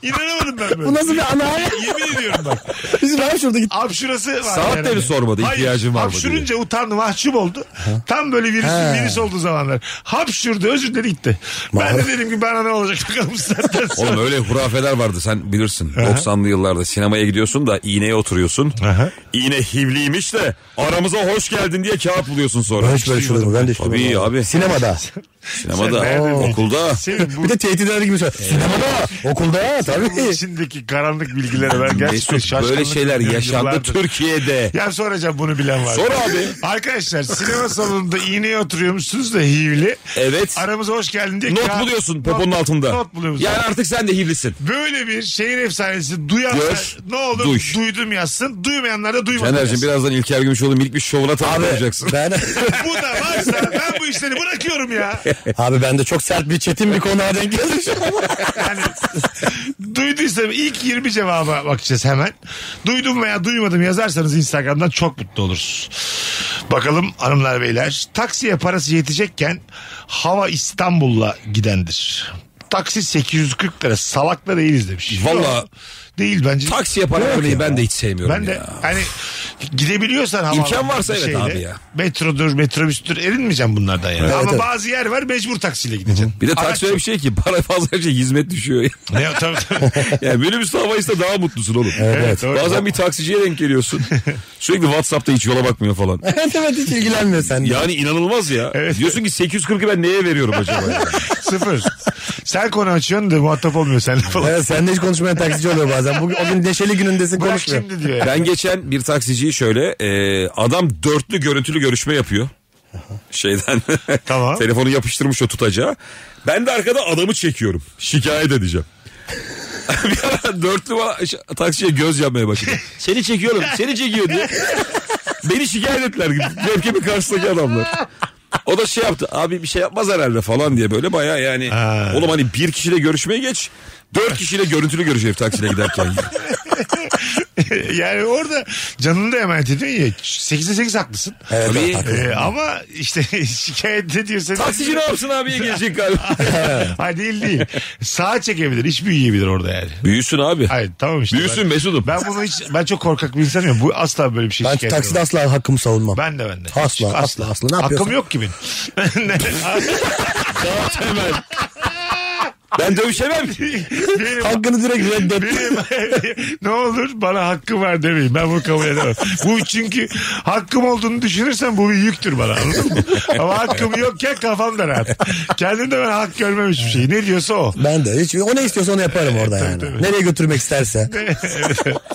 İnanamadım ben
Bu
böyle.
nasıl bir ana?
Yemin ediyorum bak.
Bizim abi şurada gitti.
Hapşurası var.
Saat de mi sormadı, ihtiyacın var mı diye?
Hapşurunca utandı mahcup oldu. Tam böyle virüs,
Ha.
virüs olduğu zamanlar. Hapşurdu özür dilerim gitti. Ben de
Vallahi.
dedim ki bana ne olacak bakalım zaten sonra.
Oğlum öyle hurafeler vardı sen bilirsin. 90'lı yıllarda sinemaya gidiyorsun da iğneye oturuyorsun.
Aha.
İğne hivliymiş de aramıza hoş geldin diye kağıt buluyorsun sonra.
Hiç böyle şey olur mu? Ben de hiç
Tabii
duymadım.
abi.
Sinemada.
[laughs] Sinemada,
Sen nereden
okulda.
Senin bu
Bir de tehdit eder gibi söylüyor. Sinemada, okulda
Bunun
tabii.
içindeki karanlık bilgilere ben gerçekten
Mesut
şaşkınlık
böyle şeyler
duyuyorum
yaşandı
yıllardır.
Türkiye'de.
Ya soracağım bunu bilen var.
Sor abi.
Arkadaşlar sinema salonunda iğneye oturuyormuşsunuz da hivli.
Evet.
Aramıza hoş geldin diye.
Not
kağıt-
buluyorsun poponun altında.
Not buluyorsun.
Yani artık sen de hivlisin.
Böyle bir şehir efsanesi duyan
Gör,
ne olur
duy.
duydum yazsın. Duymayanlar da duymasın.
Fener'cim
yazsın.
birazdan İlker Gümüşoğlu minik bir şovuna
Abi
tanık olacaksın. [laughs]
ben
Bu da varsa ben bu işleri bırakıyorum ya.
abi ben de çok sert bir çetin bir konuya denk geldim [laughs] şu an.
Yani duyduysam ilk 20 cevaba bakacağız hemen. Duydum veya duymadım yazarsanız Instagram'dan çok mutlu oluruz. Bakalım hanımlar beyler. Taksiye parası yetecekken hava İstanbul'la gidendir. Taksi 840 lira salak da değiliz demiş.
Valla-
Yok, Değil bence.
Taksi yapan örneği ben de hiç sevmiyorum
ben de
ya.
hani gidebiliyorsan hava
varsa evet abi ya.
Metrodur, metrobüstür erinmeyeceğim bunlardan yani. Ama
evet.
bazı yer var mecbur taksiyle gideceğim.
Bir de taksi öyle bir şey ki para fazla bir şey hizmet düşüyor. [laughs] ya.
Ne tabii tabii.
[laughs] Yani minibüs havaysa daha mutlusun oğlum.
Evet, doğru.
Bazen bir taksiciye
[laughs]
denk geliyorsun. Sürekli Whatsapp'ta hiç yola bakmıyor [laughs] falan.
evet evet hiç ilgilenmiyor sen. de.
Yani inanılmaz ya.
Evet.
Diyorsun ki 840'ı ben neye veriyorum acaba? [laughs] ya?
Sıfır. Sen konu açıyorsun da muhatap olmuyor seninle falan.
Evet, sen de hiç konuşmayan taksici oluyor bazen. Bugün, o gün neşeli günündesin
Bırak
konuşmuyor.
şimdi diyor ya.
ben geçen bir taksiciyi şöyle e, adam dörtlü görüntülü görüşme yapıyor. Şeyden [laughs]
Tamam.
telefonu yapıştırmış o tutacağı. Ben de arkada adamı çekiyorum. Şikayet edeceğim. [laughs] bir ara dörtlü bana- ş- taksiye göz yapmaya başladı. Seni çekiyorum seni çekiyor diye. Beni şikayet ettiler. Webcam'in karşısındaki adamlar. O da şey yaptı abi bir şey yapmaz herhalde falan diye böyle baya yani.
Ha.
Oğlum hani bir kişiyle görüşmeye geç. Dört kişiyle görüntülü görüş herif taksiyle giderken.
[laughs] yani orada canını da emanet ediyorsun ya. 8'e 8 haklısın.
Evet,
Tabii.
evet, haklı.
Ee, ama işte [laughs] şikayet ediyor seni.
Taksici ne yapsın abiye gelecek galiba.
[laughs] Hayır değil değil. Sağa çekebilir. İş büyüyebilir orada yani.
[laughs] Büyüsün abi.
Hayır tamam işte.
Büyüsün
ben,
Mesut'um.
ben bunu hiç ben çok korkak bir insanım ya. Bu asla böyle bir şey
Ben
şikayet
takside
edemem.
asla hakkımı savunmam.
Ben de ben de.
Asla,
Hiç-
asla, asla. Ne
Hakkım
yapıyorsun?
yok ki benim. Ne-
Ben dövüşemem.
[laughs] Benim- [laughs]
Hakkını direkt reddet.
Benim ne olur bana hakkım var demeyin. Ben bunu kabul edemem. Bu çünkü hakkım olduğunu düşünürsen bu bir yüktür bana anladın mı? Ama hakkım yokken kafam da rahat. Kendimde ben hak görmem hiçbir şey. Ne diyorsa o.
Ben de hiç o ne istiyorsa onu yaparım orada yani. Nereye
[laughs]
götürmek isterse.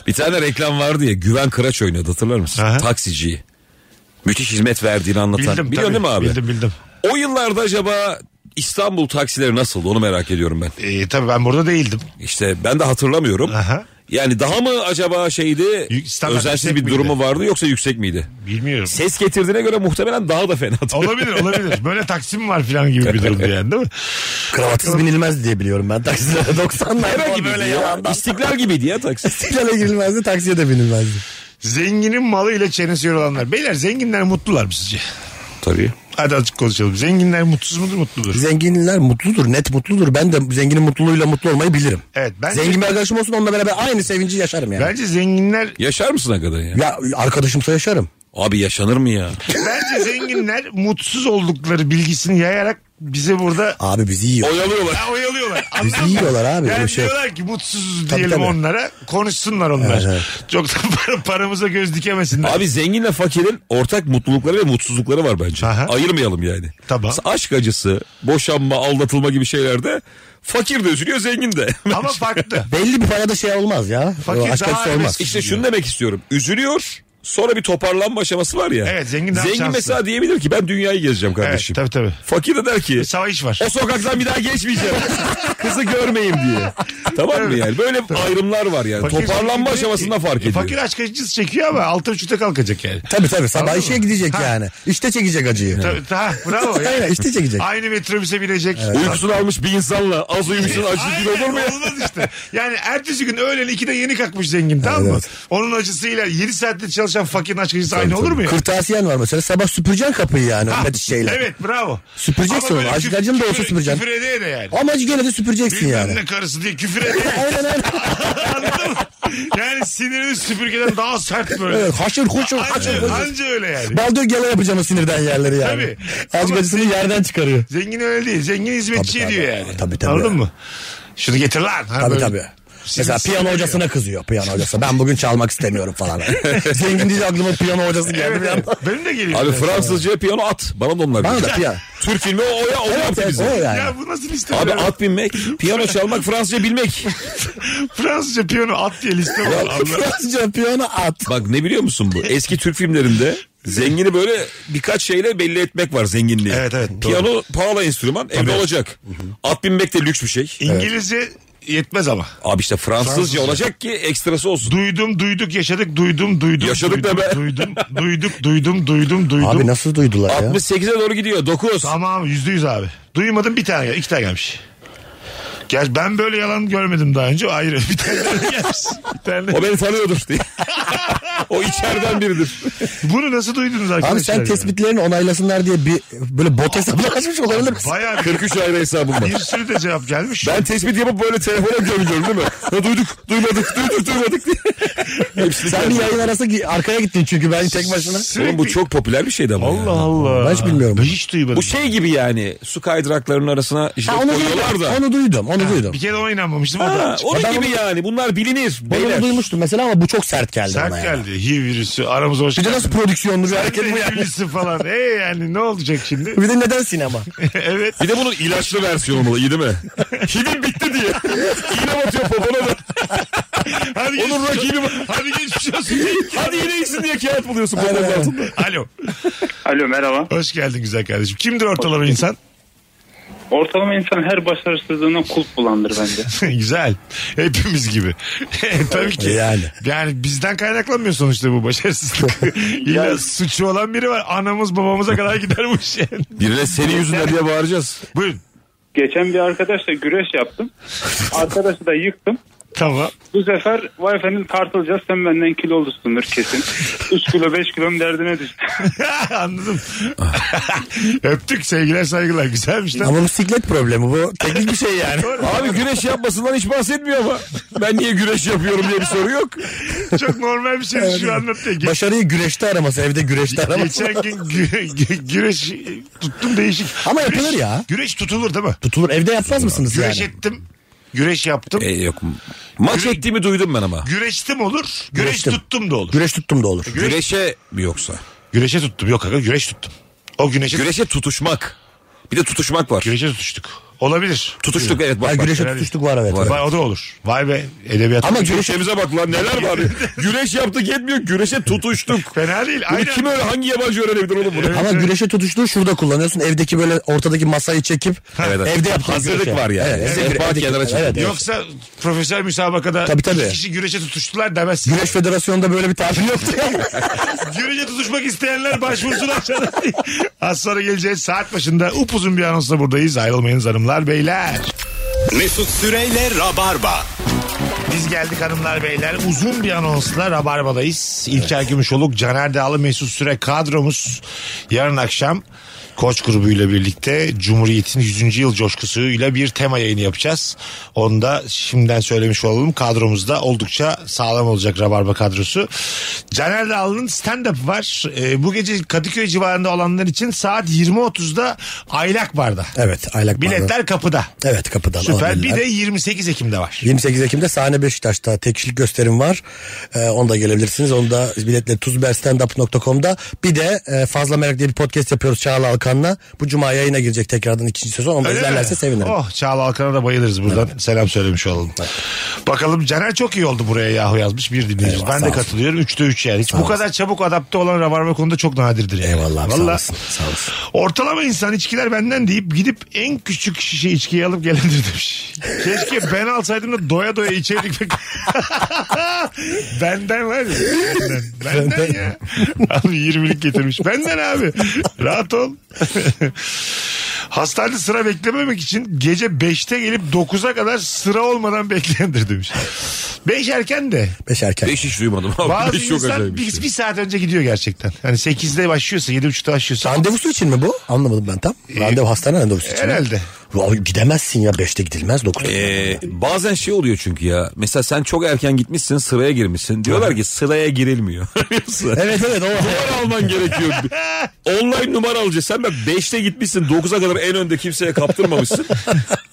Bir tane reklam vardı ya Güven Kıraç oynadı hatırlar mısın?
Aha.
Taksiciyi. Müthiş hizmet verdiğini anlatan.
Bildim
Biliyorsun
tabii.
değil mi abi?
Bildim bildim.
O yıllarda acaba İstanbul taksileri nasıldı onu merak ediyorum ben.
Ee, tabii ben burada değildim.
İşte ben de hatırlamıyorum.
Aha.
Yani daha mı acaba şeydi
Yük- standart
özensiz
yüksek
bir
miydi?
durumu vardı yoksa yüksek miydi?
Bilmiyorum.
Ses getirdiğine göre muhtemelen daha da fena. [laughs]
Olabilir olabilir. Böyle taksim var falan gibi bir durumdu yani değil mi?
Kravatsız binilmez diye biliyorum ben taksilere
[laughs]
90'lar.
Era
falan
gibiydi
böyle
ya.
[laughs] yalandan.
İstiklal gibiydi ya taksi.
İstiklale girilmezdi taksiye de binilmezdi.
Zenginin malı ile çenesi yorulanlar. Beyler zenginler mutlular mı sizce?
Tabii.
Hadi azıcık konuşalım. Zenginler mutsuz mudur mutludur?
Zenginler mutludur net mutludur. Ben de zenginin mutluluğuyla mutlu olmayı bilirim.
Evet, bence-
Zengin bir arkadaşım olsun onunla beraber aynı sevinci yaşarım yani.
Bence zenginler
Yaşar mısın hakikaten ya?
Ya arkadaşımsa yaşarım.
Abi yaşanır mı ya?
Bence zenginler mutsuz oldukları bilgisini yayarak bize burada
Abi bizi yiyor.
Oyalıyorlar.
Ya oyalıyorlar.
Bizi
Anladın mı?
yiyorlar abi, öyle
Yani
şey yok.
diyorlar ki mutsuzuz
Tabii,
diyelim
tabii.
onlara. Konuşsunlar onlar.
Evet,
Çok da para- paramıza göz dikemesinler.
Abi zenginle fakirin ortak mutlulukları ve mutsuzlukları var bence.
Aha.
Ayırmayalım yani.
Tamam.
Mesela Aşk acısı, boşanma, aldatılma gibi şeylerde fakir de üzülüyor, zengin
[laughs]
de.
[laughs] Ama farklı.
Belli bir parada şey olmaz ya.
Fakir
O Aşk
daha
acısı olmaz.
evesiz.
işte şunu demek istiyorum. Üzülüyor, sonra bir toparlanma aşaması var ya.
Evet, zengin daha şanslı.
mesela diyebilir ki ben dünyayı gezeceğim
Evet,
kardeşim.
tabii tabii. E,
Fakir de der ki
Savaş var.
o sokaktan bir daha geçmeyeceğim. Kızı
[laughs]
görmeyeyim diye. Tamam mı
Evet.
yani? Böyle ayrımlar var yani.
Fakir
Toparlanma
zengin- E,
aşamasında fark ediyor.
Fakir aç kaçıncısı çekiyor ama altı buçukta kalkacak yani.
Tabii tabii sabah
Anladın
işe
mı?
gidecek
Ha.
yani. İşte çekecek acıyı.
Tabii, ha, bravo. ya.
[laughs] Aynen işte çekecek.
Aynı metrobüse binecek.
Uykusunu almış bir insanla az uyumuşsun acı
E, Aynen,
gün olur mu ya?
Olmaz işte. Yani ertesi gün öğlen 2'de yeni kalkmış zengin tamam mı?
Evet.
Onun acısıyla 7 saatte çalışan fakirin aç acısı aynı olur mu ya?
Kırtasiyen var mesela sabah süpüreceksin kapıyı yani
Ha,
o petit şeyle.
Evet bravo.
Süpüreceksin
Ama
onu.
böyle
Acık
küf-
acım da olsa
küfür-
süpüreceksin.
Küfür edeye de yani.
Ama gene de süpüreceksin
Bilmem
yani.
ne karısı diye küfür edeye.
[laughs] Aynen aynen.
Anladın mı? Yani sinirini süpürgeden daha sert böyle.
Evet, haşır kuşur haşır
Anca,
kuşur.
anca öyle yani.
Baldur gele yapacağım o sinirden yerleri yani.
Tabii.
Acık
Ama-
acısını yerden çıkarıyor.
Zengin öyle değil. Zengin hizmetçi
Tabii, tabii.
diyor yani.
Tabii, tabii.
Anladın mı? Şunu getir lan. Ha,
Tabii
böyle-
tabii. Mesela
Sinir-
piyano hocasına kızıyor piyano hocası. Ben bugün çalmak istemiyorum
[laughs]
falan. Zengin diye aklıma piyano hocası geldi
Evet,
bir
evet.
anda.
Benim de geliyor.
Abi Fransızca piyano at. şey Bana da onlar
Bana
bilir.
da piyano.
Türk filmi o ya o
Evet,
yaptı
evet,
bizi.
o yani.
Ya bu nasıl liste?
Abi
Abi
at binmek, piyano çalmak, Fransızca bilmek.
Fransızca piyano at diye liste var. Allah.
Fransızca piyano at.
Bak ne biliyor musun bu? Eski Türk filmlerinde zengini böyle birkaç şeyle belli etmek var zenginliği.
Evet, evet, doğru.
Piyano pahalı enstrüman evde olacak. At binmek de lüks bir şey.
İngilizce yetmez ama.
Abi işte Fransızca,
Fransızca.
olacak ki ekstrası olsun.
Duydum duyduk yaşadık duydum duydum.
Yaşadık
duydum,
da be.
Duydum duyduk duydum duydum duydum.
Abi nasıl duydular ya?
68'e doğru gidiyor 9.
Tamam yüzde yüz abi. Duymadım bir tane gel- iki tane gelmiş. Gerçi ben böyle yalan görmedim daha önce. Ayrı [laughs] bir tane daha gelmiş. Bir tane.
O beni [laughs] tanıyordur diye. o içeriden biridir.
Bunu nasıl duydunuz arkadaşlar?
Abi sen tespitlerini onaylasınlar diye bir böyle bot hesabı açmış olabilir misin?
Baya
43 ayrı hesabım var.
bir sürü de cevap gelmiş.
Ben tespit yapıp böyle telefona gömüyorum değil mi? Ha, duyduk, duymadık, duyduk, duymadık diye. Hepsini
Sen bir
kendim-
yayın arası gi- arkaya gittin çünkü ben tek başına.
Sürekli-
Oğlum bu çok popüler bir şeydi ama
Allah
ya.
Allah.
Ben hiç bilmiyorum.
Ben hiç duymadım.
Bu şey gibi yani su kaydıraklarının arasına işte
Ha, onu
koyuyorlar
duydum.
da.
Onu duydum. Onu duydum.
Bir kere ona inanmamıştım. o
Ha,
da
onun
Ben
gibi
onu-
yani bunlar bilinir.
Ben onu
beyler.
duymuştum mesela ama bu çok sert geldi bana
sert
yani.
geldi. HIV virüsü aramıza hoş
Bir de nasıl prodüksiyondur bir hareket bu yani.
Sevgilisi falan. E yani ne olacak şimdi?
Bir de
[laughs]
neden sinema?
evet.
Bir de bunun ilaçlı versiyonu bu iyi değil mi? Hibim bitti diye. İğne batıyor popona da.
Hadi
Onun
geçmiş-
rakibi var.
Hadi geçmiş olsun.
Hadi yine iyisin diye kağıt buluyorsun poponun
Aynen.
altında.
Alo.
Alo merhaba.
Hoş geldin güzel kardeşim. Kimdir ortalama insan?
Ortalama insan her başarısızlığına kulp bulandır bence.
[laughs] Güzel. Hepimiz
[laughs]
gibi. E, Tabii ki.
Yani.
Yani bizden kaynaklanmıyor sonuçta bu başarısızlık.
[laughs]
İlla suçu olan biri var. Anamız babamıza kadar gider bu iş yani.
Birine senin yüzünden diye bağıracağız.
Buyurun.
Geçen bir arkadaşla güreş yaptım. Arkadaşı da yıktım.
Tamam.
Bu sefer vay efendim tartılacağız sen benden kilo olursundur kesin. 3 kilo 5 kilom derdine düştü.
[laughs] Anladım. [laughs] Öptük sevgiler saygılar. Güzelmiş lan.
Ama bisiklet problemi bu. Teknik bir
[laughs]
şey yani.
Abi güreş yapmasından hiç bahsetmiyor ama. Ben niye güreş yapıyorum diye bir soru yok.
[laughs] Çok normal bir şey şu anlattı. Ge-
Başarıyı güreşte araması, evde güreşte araması.
geçen gün gü- gü- güreş tuttum değişik.
Ama
Güreş-
yapılır ya.
Güreş tutulur değil mi?
Tutulur evde yapmaz mısınız
Güreş
yani?
ettim. Güreş yaptım.
E, yok. Maç
Güre-
ettiğimi duydum ben ama.
Güreştim olur. Güreş
Güreştim.
tuttum da olur.
Güreş tuttum da olur.
Güreşe mi yoksa?
Güreşe tuttum. Yok aga güreş tuttum. O güneşe,
Güreşe tutuşmak. Bir de tutuşmak var.
güreşe tutuştuk. Olabilir.
Tutuştuk evet bak.
Ha,
bak.
güreşe tutuştuk var evet.
Var.
Vay, o da olur. Vay be edebiyat.
Ama güreş
Güreşemize bak lan neler var. güreş yaptık yetmiyor. Güreşe tutuştuk.
Fena değil.
Bunu
Aynen.
kim öyle hangi yabancı öğrenebilir oğlum bunu?
ama güreşe tutuştuğu şurada kullanıyorsun. Evdeki böyle ortadaki masayı çekip
Evet, evet.
evde yap.
Hazırlık var yani. Sehpa kenara çekildi.
Evet, evet.
Yoksa profesyonel müsabakada
Tabii, tabii.
iki kişi güreşe tutuştular demezsin.
Güreş Federasyonu'nda böyle bir tabir yoktu ya.
Güreşe tutuşmak isteyenler başvursun aşağıda. Az sonra geleceğiz. Saat başında upuzun bir anonsla buradayız. Ayrılmayınız hanımlar beyler.
Mesut Süreyle Rabarba.
Biz geldik hanımlar beyler. Uzun bir anonsla Rabarba'dayız. İlker Gümüşoluk, Caner Dağlı, Mesut Süre kadromuz. Yarın akşam Koç grubuyla birlikte Cumhuriyet'in 100. yıl coşkusuyla bir tema yayını yapacağız. Onu da şimdiden söylemiş olalım. Kadromuzda oldukça sağlam olacak Rabarba kadrosu. Caner Dağlı'nın stand-up var. Ee, bu gece Kadıköy civarında olanlar için saat 20.30'da Aylak Bar'da.
[laughs] evet aylak bağlı.
Biletler kapıda.
Evet kapıdan.
Süper. Bir
alabilirler.
de 28 Ekim'de var.
28 Ekim'de sahne Beşiktaş'ta tek kişilik gösterim var. Ee, onu da gelebilirsiniz. Onu da biletle tuzberstandup.com'da. Bir de e, Fazla Merak diye bir podcast yapıyoruz Çağla Alkan'la. Bu cuma yayına girecek tekrardan ikinci sezon. Onu da
Öyle mi?
izlerlerse sevinirim.
Oh Çağla Alkan'a da bayılırız buradan. Selam söylemiş olalım. Bakalım Caner çok iyi oldu buraya yahu yazmış bir dinleyicimiz.
Eyvah,
ben
sağ
de
olsun.
katılıyorum. Üçte üç yani. Hiç bu kadar çabuk adapte olan rabarba konuda çok nadirdir yani.
Eyvallah abi, sağ
Vallahi
olasın, sağ olasın.
Ortalama insan içkiler benden deyip gidip en küçük şişe içkiyi alıp gelendir demiş. Keşke ben alsaydım da doya doya içerdik. [laughs] benden var ya. Benden, benden ya. Abi 20'lik getirmiş. Benden abi. Rahat ol. Hastanede sıra beklememek için gece 5'te gelip 9'a kadar sıra olmadan beklendir demiş. 5 erken de.
Beş erken.
Beş hiç duymadım abi.
Bazı
Beş çok
insan
acayip bir
bir,
şey.
bir saat önce gidiyor gerçekten. Hani 8'de başlıyorsa 7.30'da başlıyorsa.
Randevusu için mi bu? Anlamadım ben tam. Randevu hastane randevusu için mi?
herhalde.
Abi gidemezsin ya 5'te gidilmez 9'da.
Ee, bazen şey oluyor çünkü ya. Mesela sen çok erken gitmişsin sıraya girmişsin. Diyorlar ki sıraya girilmiyor. [laughs]
Evet
[laughs]
evet o.
numara alman gerekiyor. Online numara alacaksın. Sen bak 5'te gitmişsin 9'a kadar en önde kimseye kaptırmamışsın.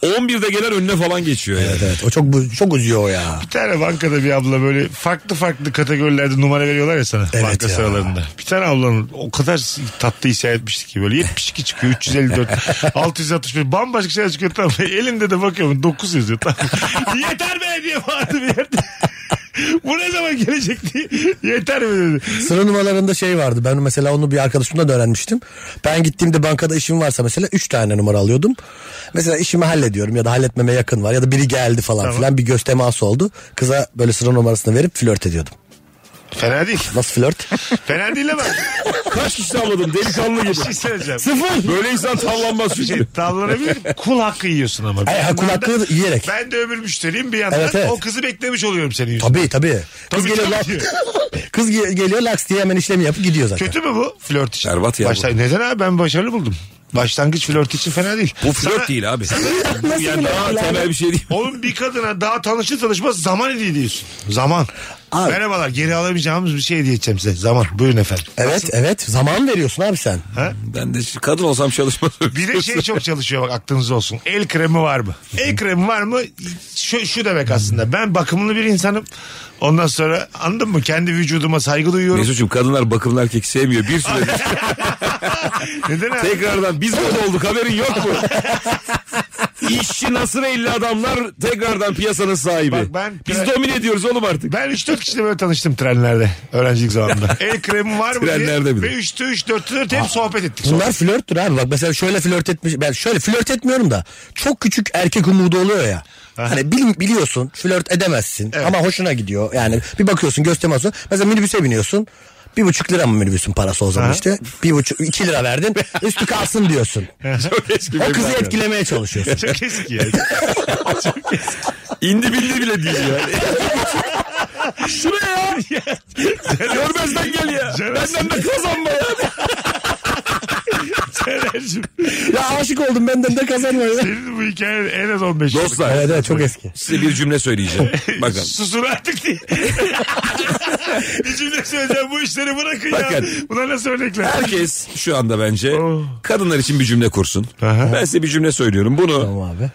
11'de gelen önüne falan geçiyor yani.
Evet evet o çok bu- çok üzüyor o ya.
Bir tane bankada bir abla böyle farklı farklı kategorilerde numara veriyorlar ya sana
Evet
banka
ya.
sıralarında. Bir tane ablanın o kadar tatlı hikaye etmişti ki böyle 72 çıkıyor 354 661 bambaşka şeyler çıkıyor tam elinde de bakıyorum 9 yazıyor tam. Yeter be diye bağırdı bir yerde. [laughs] Bu ne zaman gelecek diye. Yeter be dedi.
Sıra numaralarında şey vardı. Ben mesela onu bir arkadaşımdan da öğrenmiştim. Ben gittiğimde bankada işim varsa mesela 3 tane numara alıyordum. Mesela işimi hallediyorum ya da halletmeme yakın var ya da biri geldi falan filan bir göz teması oldu. Kıza böyle sıra numarasını verip flört ediyordum.
Fena değil. [laughs]
Nasıl flört?
Fena değil ama.
Kaç kişi avladın delikanlı
Bir
gibi.
şey söyleyeceğim.
Sıfır.
Böyle insan tavlanmaz
Bir şey
çünkü.
tavlanabilir. Kul hakkı yiyorsun ama.
Ay, ha, kul hakkı yiyerek.
Ben de öbür müşteriyim bir yandan.
Evet, evet.
O kızı beklemiş oluyorum senin yüzünden.
Tabii tabii. Kız
Tabii,
geliyor,
tabii
lak-
ki.
kız ge- geliyor laks diye hemen işlemi yapıp gidiyor zaten.
Kötü mü bu flört için?
Berbat ya
Başla- Neden abi ben başarılı buldum. Başlangıç flört için fena değil.
Bu flört
Sana-
değil abi. Bu yani
flört
daha
lan?
temel bir şey değil.
Oğlum bir kadına daha tanışır tanışmaz zaman hediye ediyorsun. Zaman.
Abi.
Merhabalar geri alamayacağımız bir şey hediye edeceğim size. Zaman buyurun efendim.
Evet evet zaman veriyorsun abi sen.
Ben de şu- kadın olsam çalışmaz.
Bir de şey
[laughs]
çok çalışıyor bak aklınızda olsun. El kremi var mı? El kremi var mı? Şu, şu demek aslında. Ben bakımlı bir insanım. Ondan sonra anladın mı? Kendi vücuduma saygı duyuyorum.
Mesut'cum kadınlar bakımlı erkek sevmiyor. Bir süredir
Neden abi?
[laughs] tekrardan biz böyle olduk haberin
[laughs]
yok mu? İşçi nasıl elli adamlar tekrardan piyasanın sahibi.
Bak ben-
biz domine ediyoruz oğlum artık.
Ben 3-4 kişiyle böyle tanıştım trenlerde. Öğrencilik
[laughs]
zamanında. El kremi var mı
Trenlerde
diye.
bir de.
Ve 3'te 3, 4'te 4 hep sohbet ettik. sonra.
Bunlar flörttür abi. Bak mesela şöyle flört etmiş. Ben şöyle flört etmiyorum da çok küçük erkek umudu oluyor ya. Hani bil- biliyorsun flört edemezsin ama hoşuna gidiyor. Yani bir bakıyorsun göz teması. Mesela minibüse biniyorsun. Bir buçuk lira mı minibüsün parası o zaman
Aha.
işte? Bir buçuk, iki lira verdin. Üstü kalsın diyorsun.
[laughs]
Çok eski
o
bir
kızı
evrak.
etkilemeye çalışıyorsun.
Çok eski ya.
İndi bindi bile değil yani. Şuraya ya. Görmezden gel ya.
Görmez-
Benden de kazanma ya.
Sener'cim.
[laughs] ya aşık oldum benden de kazanma ya.
Senin bu hikayen en az 15 yıllık.
Dostlar
Evet evet çok eski.
size bir
[laughs]
cümle söyleyeceğim. Bakın.
Susun artık diye. [laughs] Bir cümle söyleyeceğim bu işleri bırakın ya.
Bakın.
Buna nasıl örnekler?
Herkes şu anda bence
Oh.
kadınlar için bir cümle kursun.
Aha.
Ben size bir cümle söylüyorum. Bunu
Tamam abi.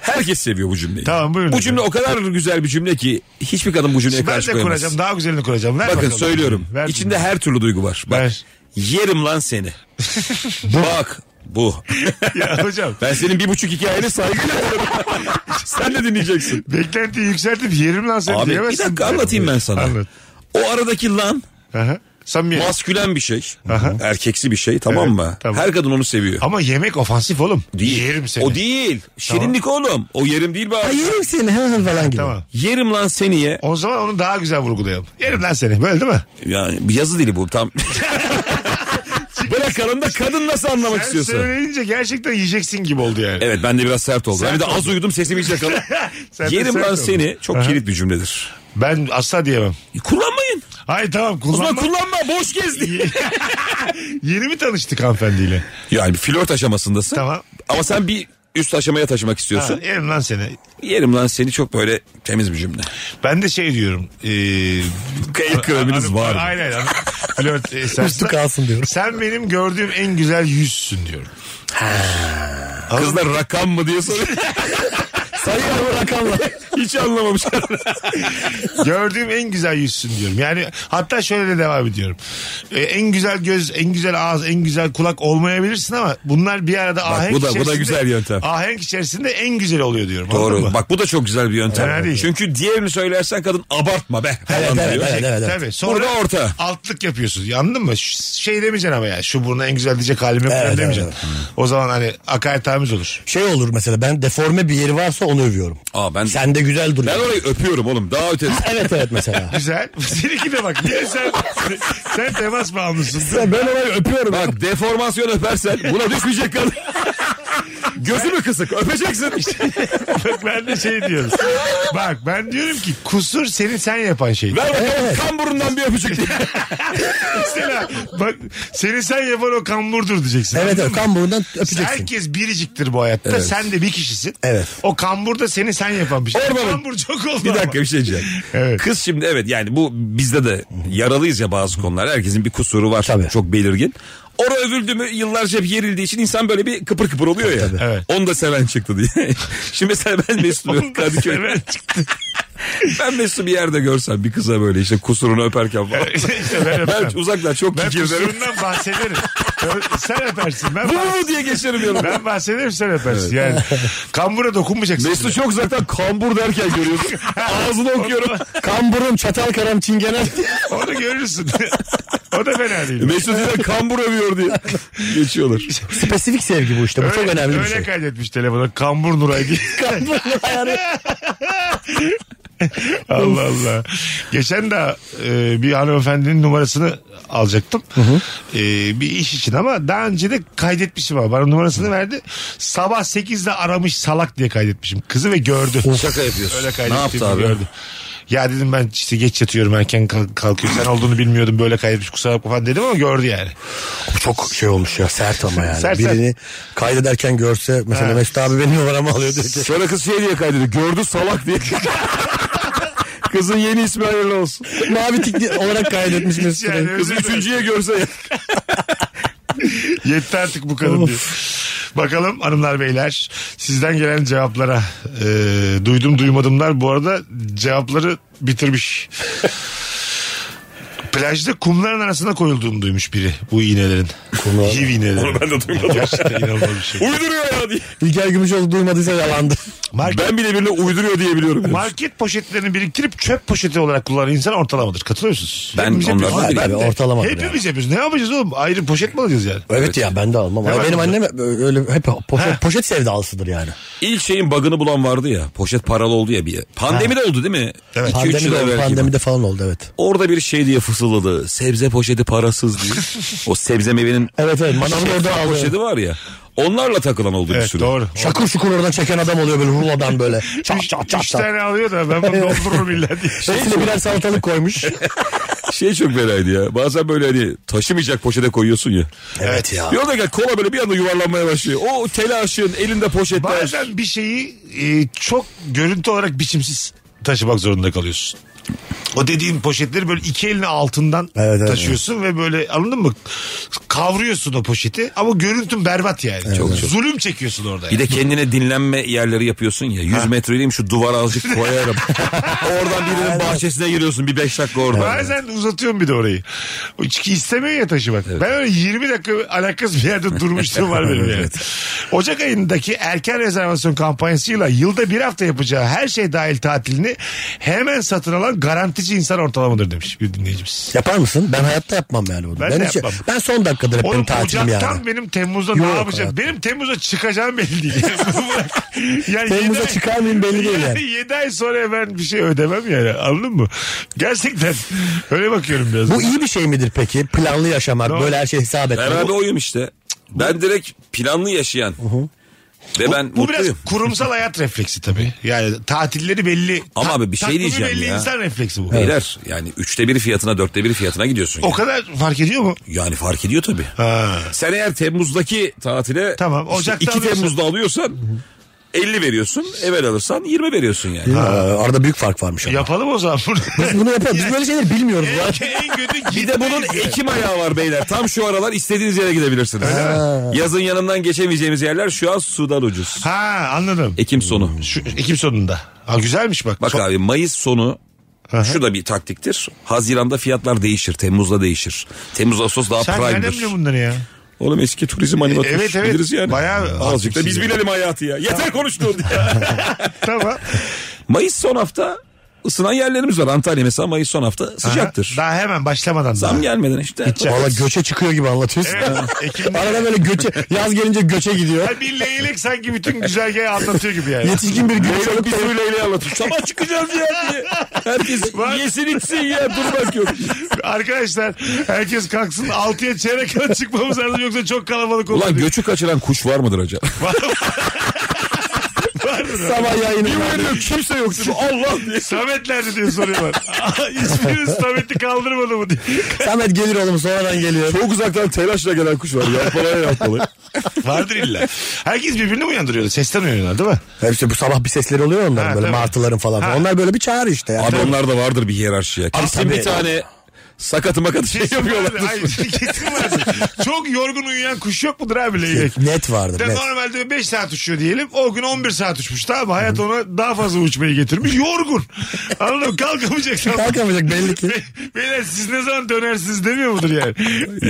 herkes seviyor bu cümleyi.
Tamam, buyurun.
Bu cümle o kadar güzel bir cümle ki hiçbir kadın bu cümleye
Ben
karşı
de
koyamaz.
kuracağım daha güzelini kuracağım. Ver
Bakın
bakalım.
söylüyorum.
Ver
İçinde
bunu.
her türlü duygu var. Bak.
Ver.
Yerim
[laughs]
lan seni. Bak bu. [laughs]
Ya hocam
Ben senin bir buçuk hikayeni saygıyla
[laughs]
dinliyorum. Sen de dinleyeceksin.
beklentiyi yükseltip yerim lan seni
Abi bir
diyemezsin.
dakika anlatayım ben sana.
Anlat.
O aradaki lan
Aha. Samimiyet.
maskülen bir şey.
Aha.
Erkeksi bir şey tamam
Evet,
mı?
tamam.
Her kadın onu seviyor.
Ama yemek ofansif oğlum. Yerim seni.
O değil. Şirinlik oğlum. O yerim değil be abi.
Ha, yerim seni ha ha falan gibi.
Tamam.
Yerim lan seniye.
O zaman onu daha güzel vurgulayalım. Yerim lan seni. Böyle değil mi?
Yani bir yazı dili
[laughs]
bu tam. Bırakalım da kadın nasıl anlamak
Sen
istiyorsa.
söyleyince gerçekten yiyeceksin gibi oldu yani.
Evet ben de biraz sert oldum.
Sert
Hem de az
oldu.
uyudum sesimi hiç yakaladım.
[laughs] Sen de
Yerim
sert
lan
oldun.
seni çok
Aha.
kilit bir cümledir.
Ben asla diyemem.
E, Kullanmayın.
Hayır tamam
O zaman
kullanma.
kullanma boş gezdi.
[laughs] Yeni mi tanıştık hanımefendiyle?
Yani flört aşamasındasın.
Tamam.
Ama sen bir üst aşamaya taşımak
Ha,
istiyorsun.
yerim lan seni.
Yerim lan seni çok böyle temiz bir cümle.
Ben de şey diyorum. eee
Kayıp kreminiz
hanım-
var. mı?
Aynen. hanım- Flört esnasında-
Üstü kalsın diyorum.
Sen benim gördüğüm en güzel yüzsün diyorum.
Kızlar rakam mı
[laughs]
diye soruyor. Sayılar mı rakamla? Hiç anlamamışlar.
[laughs] Gördüğüm en güzel yüzsün diyorum. Yani hatta şöyle de devam ediyorum. Ee, en güzel göz, en güzel ağız, en güzel kulak olmayabilirsin ama bunlar bir arada ahenk
bu da- bu da
içerisinde-
güzel yöntem.
Ahenk içerisinde en güzel oluyor diyorum. anladın
Doğru.
mı?
Bak bu da çok güzel bir yöntem.
Fena değil.
Çünkü diğerini söylersen kadın abartma be. falan
Evet, evet,
diyor.
evet, evet.
Tabii. Sonra
Burada orta.
Altlık yapıyorsun. Ya Anladın mı? Ş- Şey demeyeceksin ama ya. Şu burnu en güzel diyecek halim yok.
Evet,
falan
evet, Hmm.
demeyeceksin. O zaman hani hakaret tamiz olur.
Şey olur mesela ben deforme bir yeri varsa onu övüyorum.
Aa, ben-
Sen de güzel duruyor.
Ben orayı öpüyorum oğlum. Daha ötesi.
[laughs]
[laughs]
Evet evet mesela.
Güzel. [laughs] Seninki de bak. Niye sen, sen temas bağımlısın?
ben orayı öpüyorum.
Bak deformasyon öpersen buna
[laughs]
düşmeyecek kadın. Gözü mü kısık? Öpeceksin.
Bak ben de şey diyorum. Bak ben diyorum ki kusur seni sen yapan şey.
Ver bakalım kan burundan bir öpücük.
Mesela bak seni sen yapan o kamburdur diyeceksin.
Evet
Anladın
evet
mı?
kamburundan öpeceksin.
Herkes biriciktir bu hayatta.
Evet.
Sen de bir kişisin.
Evet.
O kambur da seni sen yapan bir şey.
Ormanın-
Kambur çok oldu
bir
ama.
dakika bir şey diyeceğim.
Evet.
Kız şimdi evet yani bu bizde de yaralıyız ya bazı konular. Herkesin bir kusuru var.
Tabii.
Çok belirgin. Ora övüldü mü yıllarca hep yerildiği için insan böyle bir kıpır kıpır oluyor ya.
Evet.
Onu da seven çıktı diye. [laughs] Şimdi mesela ben Mesut'u
Onu da
Kadıköy'de.
seven çıktı.
Ben Mesut'u bir yerde görsem bir kıza böyle işte kusurunu öperken falan.
İşte ben öpmem.
ben uzaklar çok
Ben
kikirderim.
kusurundan bahsederim. Ö- sen öpersin. Ben,
Bu
bah-
bu diye geçerim yanına.
ben bahsederim sen öpersin. Yani kambura dokunmayacaksın.
Mesut'u çok zaten kambur derken görüyorsun. Ağzını okuyorum.
Kamburum, çatal
[laughs]
[laughs]
karam, çingene.
Onu görürsün. [laughs] o da fena değil.
Mesut yine kambur övüyor diye. Geçiyorlar.
[laughs]
Spesifik sevgi bu işte. Bu çok önemli bir
öyle
şey.
kaydetmiş telefona. Kambur Nuray diye.
[laughs]
Allah Allah. Geçen de e, bir hanımefendinin numarasını alacaktım. E, bir iş için ama daha önce de kaydetmişim ama bana numarasını verdi. Sabah 8'de aramış salak diye kaydetmişim. Kızı ve gördü.
Şaka yapıyorsun.
Öyle
ne yaptı
kaydettiğimi
abi?
gördü. Ya dedim ben işte geç yatıyorum erken kalk- kalkıyorum. Sen olduğunu bilmiyordum böyle kaydetmiş kusura bakma falan dedim ama gördü yani.
Bu çok şey olmuş ya sert ama yani.
Sert,
Birini kaydederken görse mesela Mesut abi benim numaramı alıyor diyor ki.
Sonra kız şey diye kaydediyor. Gördü salak diye.
[laughs]
Kızın yeni ismi hayırlı olsun.
Mavi tik diye-
[laughs]
olarak kaydetmiş Mesut
Yani
Bey.
öyle
Kız
bir-
üçüncüye görse ya.
Yetti artık bu kadın diyor. Bakalım hanımlar beyler sizden gelen cevaplara e, duydum duymadımlar bu arada cevapları bitirmiş. Plajda kumların arasına koyulduğunu duymuş biri bu iğnelerin.
Kumlar-
HIV iğneleri.
Onu ben de duymadım.
Gerçekten inanılmaz bir şey.
Uyduruyor ya diye.
İlker Gümüşoğlu duymadıysa yalandı.
Market,
Ben bile birine uyduruyor diye biliyorum.
market poşetlerini biriktirip çöp poşeti olarak kullanan insan ortalamadır. Katılıyor musunuz?
Ben
Hepimiz
onlardan
yapıyoruz.
biriyim.
Ben de.
Tabii, ortalama
Hepimiz yapıyoruz. Ne yapacağız oğlum? Ayrı poşet mi alacağız yani?
Evet ya ben de almam. Ay,
Hemen
benim
alacağım.
annem öyle hep poşet, poşet sevdalısıdır yani.
İlk şeyin bug'ını bulan vardı ya. Poşet paralı oldu ya bir. Pandemide oldu değil mi?
Evet.
İki, üç yıl
Pandemide,
evvelki
pandemide falan oldu evet.
Orada bir şey diye fıs fısıldadı. Sebze poşeti
[laughs]
parasız diye. o sebze meyvenin
Evet evet manavını oradan aldı.
poşeti var ya. Onlarla takılan oldu bir
Evet
sürü.
doğru.
Şakır şukur oradan çeken adam oluyor böyle rulodan böyle. Çat
Üç,
çat çat
üç
çat.
tane şey alıyor da ben bunu doldururum illa diye.
[laughs]
Hepsine birer
[laughs]
salatalık koymuş.
Şey çok belaydı ya. Bazen böyle hani taşımayacak poşete koyuyorsun ya.
evet ya.
Yolda gel kola böyle bir anda yuvarlanmaya başlıyor. O telaşın elinde poşetler.
Bazen bir şeyi e, çok görüntü olarak biçimsiz taşımak zorunda kalıyorsun. O dediğin poşetleri böyle iki elini altından
Evet, evet,
taşıyorsun ve böyle anladın mı? Kavruyorsun o poşeti ama görüntün berbat yani. çok, Zulüm çekiyorsun orada.
Bir
yani.
de kendine dinlenme yerleri yapıyorsun ya. 100 metreliyim şu duvara
[laughs]
azıcık koyarım. Oradan birinin bahçesine giriyorsun bir 5 dakika orada.
Bazen uzatıyorum bir de orayı. O çünkü istemiyor ya taşımak. Ben öyle 20 dakika alakasız bir yerde durmuştum var
[laughs]
benim yani. Ocak ayındaki erken rezervasyon kampanyasıyla yılda bir hafta yapacağı her şey dahil tatilini hemen satın alan garantici insan ortalamadır demiş bir dinleyicimiz.
Yapar mısın? Ben hayatta yapmam yani bunu.
Ben de
hiç-
yapmam.
ben son dakikadır hep benim
Oğlum
tatilim
Ocak'tan
yani.
benim Temmuz'da ne
Yok
yapacağım?
hayatım.
Benim Temmuz'a çıkacağım belli değil. [laughs] yani yedi
Temmuz'a
ay-
çıkar mıyım belli değil
[laughs]
yani.
7 ay sonra ben bir şey ödemem yani anladın mı? Gerçekten öyle bakıyorum biraz.
Bu iyi bir şey midir peki? Planlı yaşamak,
Doğru.
böyle her şeyi hesap etmek.
Beraber oyum işte. Ben direkt planlı yaşayan. Ve
Bu
ben
biraz
mutluyum.
kurumsal hayat refleksi tabii. Yani tatilleri belli.
Ama
ta-
abi bir şey
takvimi
diyeceğim
belli
ya.
insan refleksi bu.
Beyler yani üçte biri fiyatına dörtte biri fiyatına gidiyorsun.
O
yani.
kadar fark ediyor mu?
Yani fark ediyor tabii.
Ha.
Sen eğer Temmuz'daki tatile
Tamam, Ocak'ta
2
alıyorsan-
Temmuz'da alıyorsan 50 veriyorsun. Evvel alırsan 20 veriyorsun yani.
Ha, arada büyük fark varmış ama.
Yapalım o zaman bunu.
Biz Ee, bunu yapalım. Biz böyle şeyleri bilmiyoruz. lan.
[laughs] en, en kötü
Bir de bunun Ekim ayağı var beyler. Tam şu aralar istediğiniz yere gidebilirsiniz. Yazın yanından geçemeyeceğimiz yerler şu an sudan ucuz.
Ha anladım.
Ekim sonu.
Şu, Ekim sonunda. Ha, güzelmiş bak.
Bak
Son-
abi Mayıs sonu şu da bir taktiktir. Haziranda fiyatlar değişir. Temmuz'da değişir. Temmuz Ağustos daha
Sen nereden
prime'dir.
biliyorsun bunları ya?
Oğlum eski turizm animatörü
Evet, evet.
biliriz yani.
Bayağı
Azıcık da biz
haklısın.
bilelim hayatı ya. Yeter konuştuğun diye.
[laughs]
[laughs]
tamam.
Mayıs son hafta ısınan yerlerimiz var. Antalya mesela Mayıs son hafta sıcaktır.
Daha hemen başlamadan.
Zam
daha.
gelmeden işte.
Valla göçe çıkıyor gibi anlatıyorsun.
Evet,
[laughs]
Ekim'de-
[laughs] Arada böyle göçe, yaz gelince göçe gidiyor.
Ha, Bir leylek sanki bütün güzergahı anlatıyor gibi yani.
Yetişkin bir göç olup
bir suyla ile anlatıyor. Sabah çıkacağız ya diye. [laughs] Herkes
Var.
yesin içsin ya durmak yok.
Arkadaşlar herkes kalksın 6'ya çeyrek kala çıkmamız lazım yoksa çok kalabalık olur.
Ulan göçü kaçıran kuş var mıdır acaba?
sabah yayını.
kimse yok. Allah diye.
Sametlerdi diye soruyorlar. [laughs] İsminiz Samet'i kaldırmadı mı diye.
Samet gelir oğlum sonradan geliyor.
Çok uzaktan telaşla gelen kuş var. Yapmalaya yapmalı.
Vardır illa. Herkes birbirini mi uyandırıyordu? Sesten uyanıyorlar değil mi?
Hepsi bu sabah bir sesleri oluyor onların
Ha,
böyle
tabii.
martıların falan.
Ha.
Onlar böyle bir çağrı işte. ya.
Abi onlar da vardır bir hiyerarşi ya. Kesin
tabii.
bir tane sakatı makatı şey yapıyorlar.
Vardır. Hayır kesin vardır. Çok yorgun uyuyan kuş yok mudur abi leylek?
Net vardı.
De
Net.
normalde 5 saat uçuyor diyelim. O gün 11 saat uçmuş tamam mı? Hayat ona daha fazla uçmayı getirmiş. Yorgun. Anladın mı? Kalkamayacak.
Kalkamayacak belli ki.
Be- Beyler siz ne zaman dönersiniz demiyor mudur yani?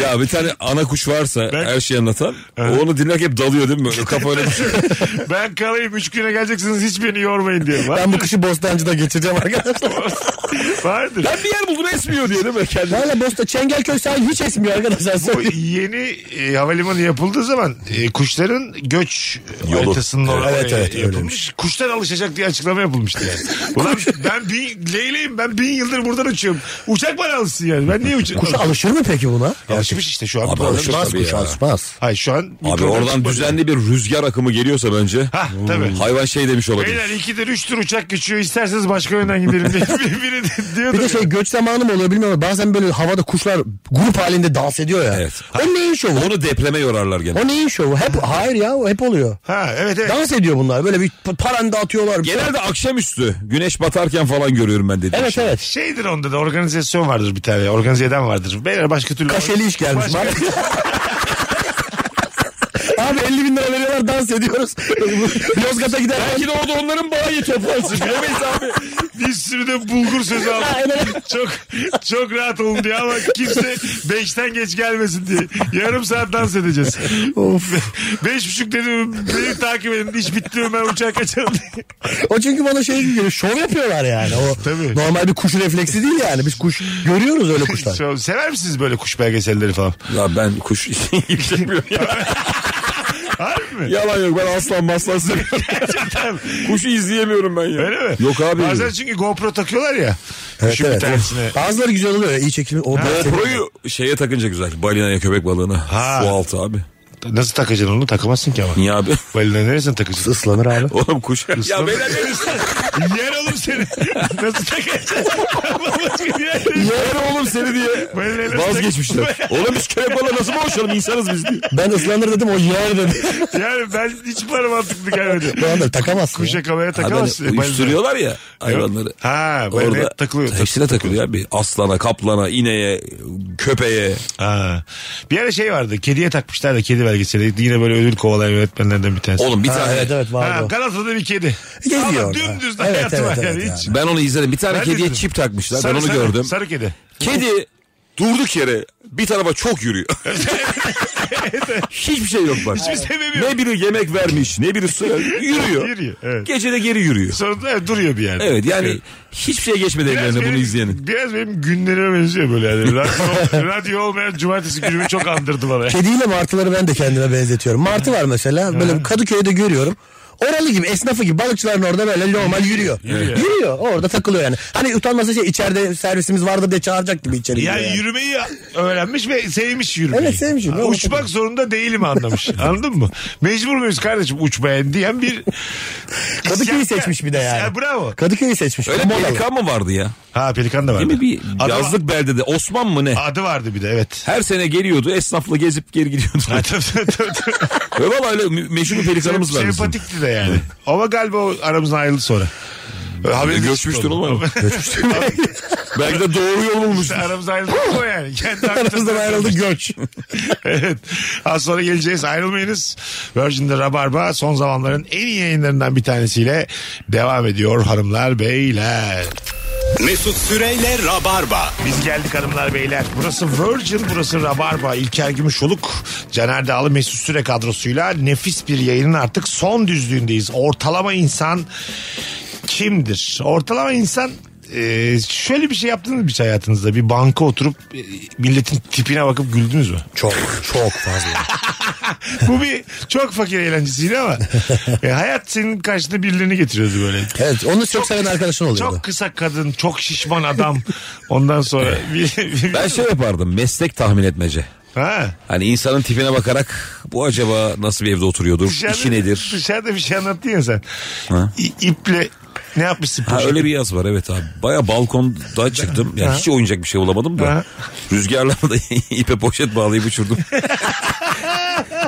Ya bir tane ana kuş varsa
Ben-
her şeyi anlatan. o Onu dinlerken hep dalıyor değil mi? Böyle kafa öyle bir [laughs] şey.
ben kalayım 3 güne geleceksiniz hiç beni yormayın diye. Var-
Ben bu kışı Bostancı'da geçireceğim arkadaşlar.
Vardır.
Ben bir yer buldum esmiyor diye değil mi? Kendine.
Valla Bosta Çengelköy sahil hiç esmiyor arkadaşlar.
Bu
Söyleyeyim.
yeni e, havalimanı yapıldığı zaman e, kuşların göç
Yolu.
haritasının oraya
Evet, evet,
yapılmış.
öyleymiş.
Kuşlar alışacak diye açıklama yapılmıştı
[laughs]
yani. Ulan ben bin, leyleyim ben bin yıldır buradan uçuyorum. Uçak bana alışsın yani. Ben niye uçuyorum?
Kuşa alışır mı peki buna?
Alışmış işte şu an.
Abi
problem.
alışır.
Alışmaz
tabii
kuş
ya.
alışmaz.
Hayır şu an. bir
Abi
problem
oradan
çıkmadı.
düzenli bir rüzgar akımı geliyorsa bence.
Hah, tabii.
Hayvan şey demiş olabilir.
Beyler ikidir üçtür uçak geçiyor isterseniz başka yönden gidelim diye [laughs] bir- biri de- diyordu.
Bir de şey göç zamanı mı oluyor bilmiyorum. ama Bazen böyle havada kuşlar grup halinde dans ediyor ya.
Evet.
O neyin şovu?
Onu depreme yorarlar gene.
O neyin şovu? Hep hayır ya o hep oluyor.
Ha evet evet.
Dans ediyor bunlar. Böyle bir p- paranda atıyorlar.
Genelde akşamüstü güneş batarken falan görüyorum ben dediğim
Evet
şey.
evet.
Şeydir onda da organizasyon vardır bir tane. Organize eden vardır. Beyler başka türlü.
Kaşeli iş gelmiş.
Başka-
[laughs] Abi 50 bin lira veriyorlar dans ediyoruz. Yozgat'a gider.
Belki de orada onların bayi toplansın. Bilemeyiz
[laughs]
abi.
Bir sürü de bulgur sözü aldım. çok çok rahat olun diye ama kimse beşten geç gelmesin diye. Yarım saat dans edeceğiz. Of. Beş buçuk dedim beni takip edin. İş bitti mi ben uçağa kaçarım diye.
O çünkü bana şey gibi geliyor. Şov yapıyorlar yani. O
Tabii.
normal bir kuş refleksi değil yani. Biz kuş görüyoruz
[laughs]
öyle kuşlar.
Çok- Sever
[laughs]
misiniz böyle kuş belgeselleri falan?
Ya ben kuş ilgilemiyorum ya.
Harbi mi? mi?
Yalan yok ben
[laughs]
aslan maslan seviyorum. Kuşu izleyemiyorum ben ya.
Öyle mi?
Yok abi.
Bazen
[laughs]
çünkü GoPro takıyorlar ya.
Evet,
şu bir
evet.
tanesine.
Bazıları güzel oluyor. ya, iyi çekimi. Orada
GoPro'yu şeye takınca güzel. Balinaya köpek balığına.
Ha.
Su altı abi.
Nasıl takacaksın onu? Takamazsın ki ama.
Niye abi? [laughs]
Balina neresine takacaksın?
ıslanır abi.
Oğlum kuş.
Islanır.
ya beyler ne
Yer oğlum seni. Nasıl
[laughs]
takacaksın? Başka bir yer değil.
Yer oğlum
[laughs]
seni diye.
Balinaya nasıl
Vazgeçmişler. oğlum biz köpek balığı nasıl boğuşalım insanız biz diye.
Ben ıslanır dedim o
[laughs]
yer dedi.
yani ben hiç bana mantıklı gelmedi.
Bu anda takamazsın. ya.
Kuşa kafaya takamazsın.
Hani uyuşturuyorlar ya hayvanları.
Ha, balinaya takılıyor.
Hepsine takılıyor abi. Aslana, kaplana, ineğe, köpeğe.
Ha. Bir ara şey vardı. Kediye takmışlar da kedi belgeseli. Yine böyle ödül kovalayan yönetmenlerden bir tanesi.
Oğlum bir
Ha,
tane.
evet evet
Ha,
vardı o.
Galata'da bir kedi.
Geziyor
Ama
orada.
dümdüz de
Evet,
hayatı
evet,
var
evet
yani.
yani.
Hiç.
Ben onu izledim. Bir tane
Ben de
kediye
izledim.
çip takmışlar.
Sarı,
ben onu
sarı,
gördüm.
Sarı kedi.
Kedi durduk yere bir tarafa
[laughs]
çok yürüyor. Hiçbir şey yok bak.
Hiçbir sebebi yok.
Ne biri yemek vermiş ne biri su yürüyor.
[laughs] Yürüyor, evet.
Gece de geri yürüyor.
Sonra da, evet, duruyor bir yerde.
Evet yani hiçbir şey geçmedi ellerine bunu
benim-
izleyenin.
Biraz benim günlerime benziyor böyle
[laughs]
yani. Radyo, radyo olmayan cumartesi günümü çok andırdı bana.
Kediyle martıları ben de kendime benzetiyorum. Martı var mesela. Böyle Kadıköy'de görüyorum. Oralı gibi esnafı gibi balıkçıların orada böyle normal yürüyor. Yürüyor. Orada takılıyor yani. Hani utanmasa şey içeride servisimiz vardı diye çağıracak gibi içeri giriyor
Yani
yani.
yürümeyi öğrenmiş ve sevmiş yürümeyi.
Evet, sevmiş yürümeyi.
Ha, Uçmak zorunda değilim anlamış.
[laughs]
Anladın mı? Mecbur muyuz kardeşim uçmaya diyen bir...
Kadıköy'ü
isyankar.
seçmiş bir de yani.
Ya, bravo.
Kadıköy'ü seçmiş.
Öyle
Modalı.
bir pelikan mı vardı ya?
Ha pelikan da vardı.
Değil mi bir
Adı-
yazlık beldede Osman mı ne?
Adı vardı bir de
[laughs]
evet.
Her sene geliyordu esnafla gezip geri gidiyordu.
Ha, [laughs] tabii, tabii, tabii, tabii.
[laughs]
Ve valla öyle mü- meşhur
Şey,
bir pelikanımız var bizim.
Sempatikti de yani. Ama galiba o aramızdan ayrıldı sonra.
Ee,
Haberi
[laughs]
[laughs]
Göçmüştür oğlum. Belki de doğru yol bulmuş.
Aramızdan ayrıldı o
[laughs]
yani. Kendi
Aramızdan ayrıldı göç.
[laughs] evet. Az sonra geleceğiz ayrılmayınız. Virgin'de Rabarba son zamanların en iyi yayınlarından bir tanesiyle devam ediyor hanımlar beyler.
Mesut Süreyle Rabarba.
Biz geldik hanımlar beyler. Burası Virgin, burası Rabarba. İlker Gümüşoluk, Caner Dağlı, Mesut Süre kadrosuyla nefis bir yayının artık son düzlüğündeyiz. Ortalama insan kimdir? Ortalama insan e, şöyle bir şey yaptınız mı hiç hayatınızda? Bir banka oturup e, milletin tipine bakıp
[laughs]
güldünüz mü?
Çok çok fazla.
Bu bir çok fakir eğlencesiydi ama e, hayat senin karşında birilerini getiriyordu böyle.
Evet onu çok, seven arkadaşın oluyordu.
Çok kısa kadın, çok şişman adam. Ondan
[laughs]
sonra bir, bir-
Ben şey yapardım meslek tahmin etmece.
ha.
Hani insanın tipine bakarak bu acaba nasıl bir evde oturuyordur,
Dışarıda,
işi nedir?
Dışarıda bir şey anlattın ya sen.
Ha.
İ, iple ne yapmışsın?
Ha,
poşeti?
öyle bir yaz var evet abi. Baya
[laughs]
balkonda çıktım. Yani hiç oynayacak bir şey bulamadım
Ha.
da. Rüzgarla da [laughs] ipe poşet
[laughs]
bağlayıp uçurdum.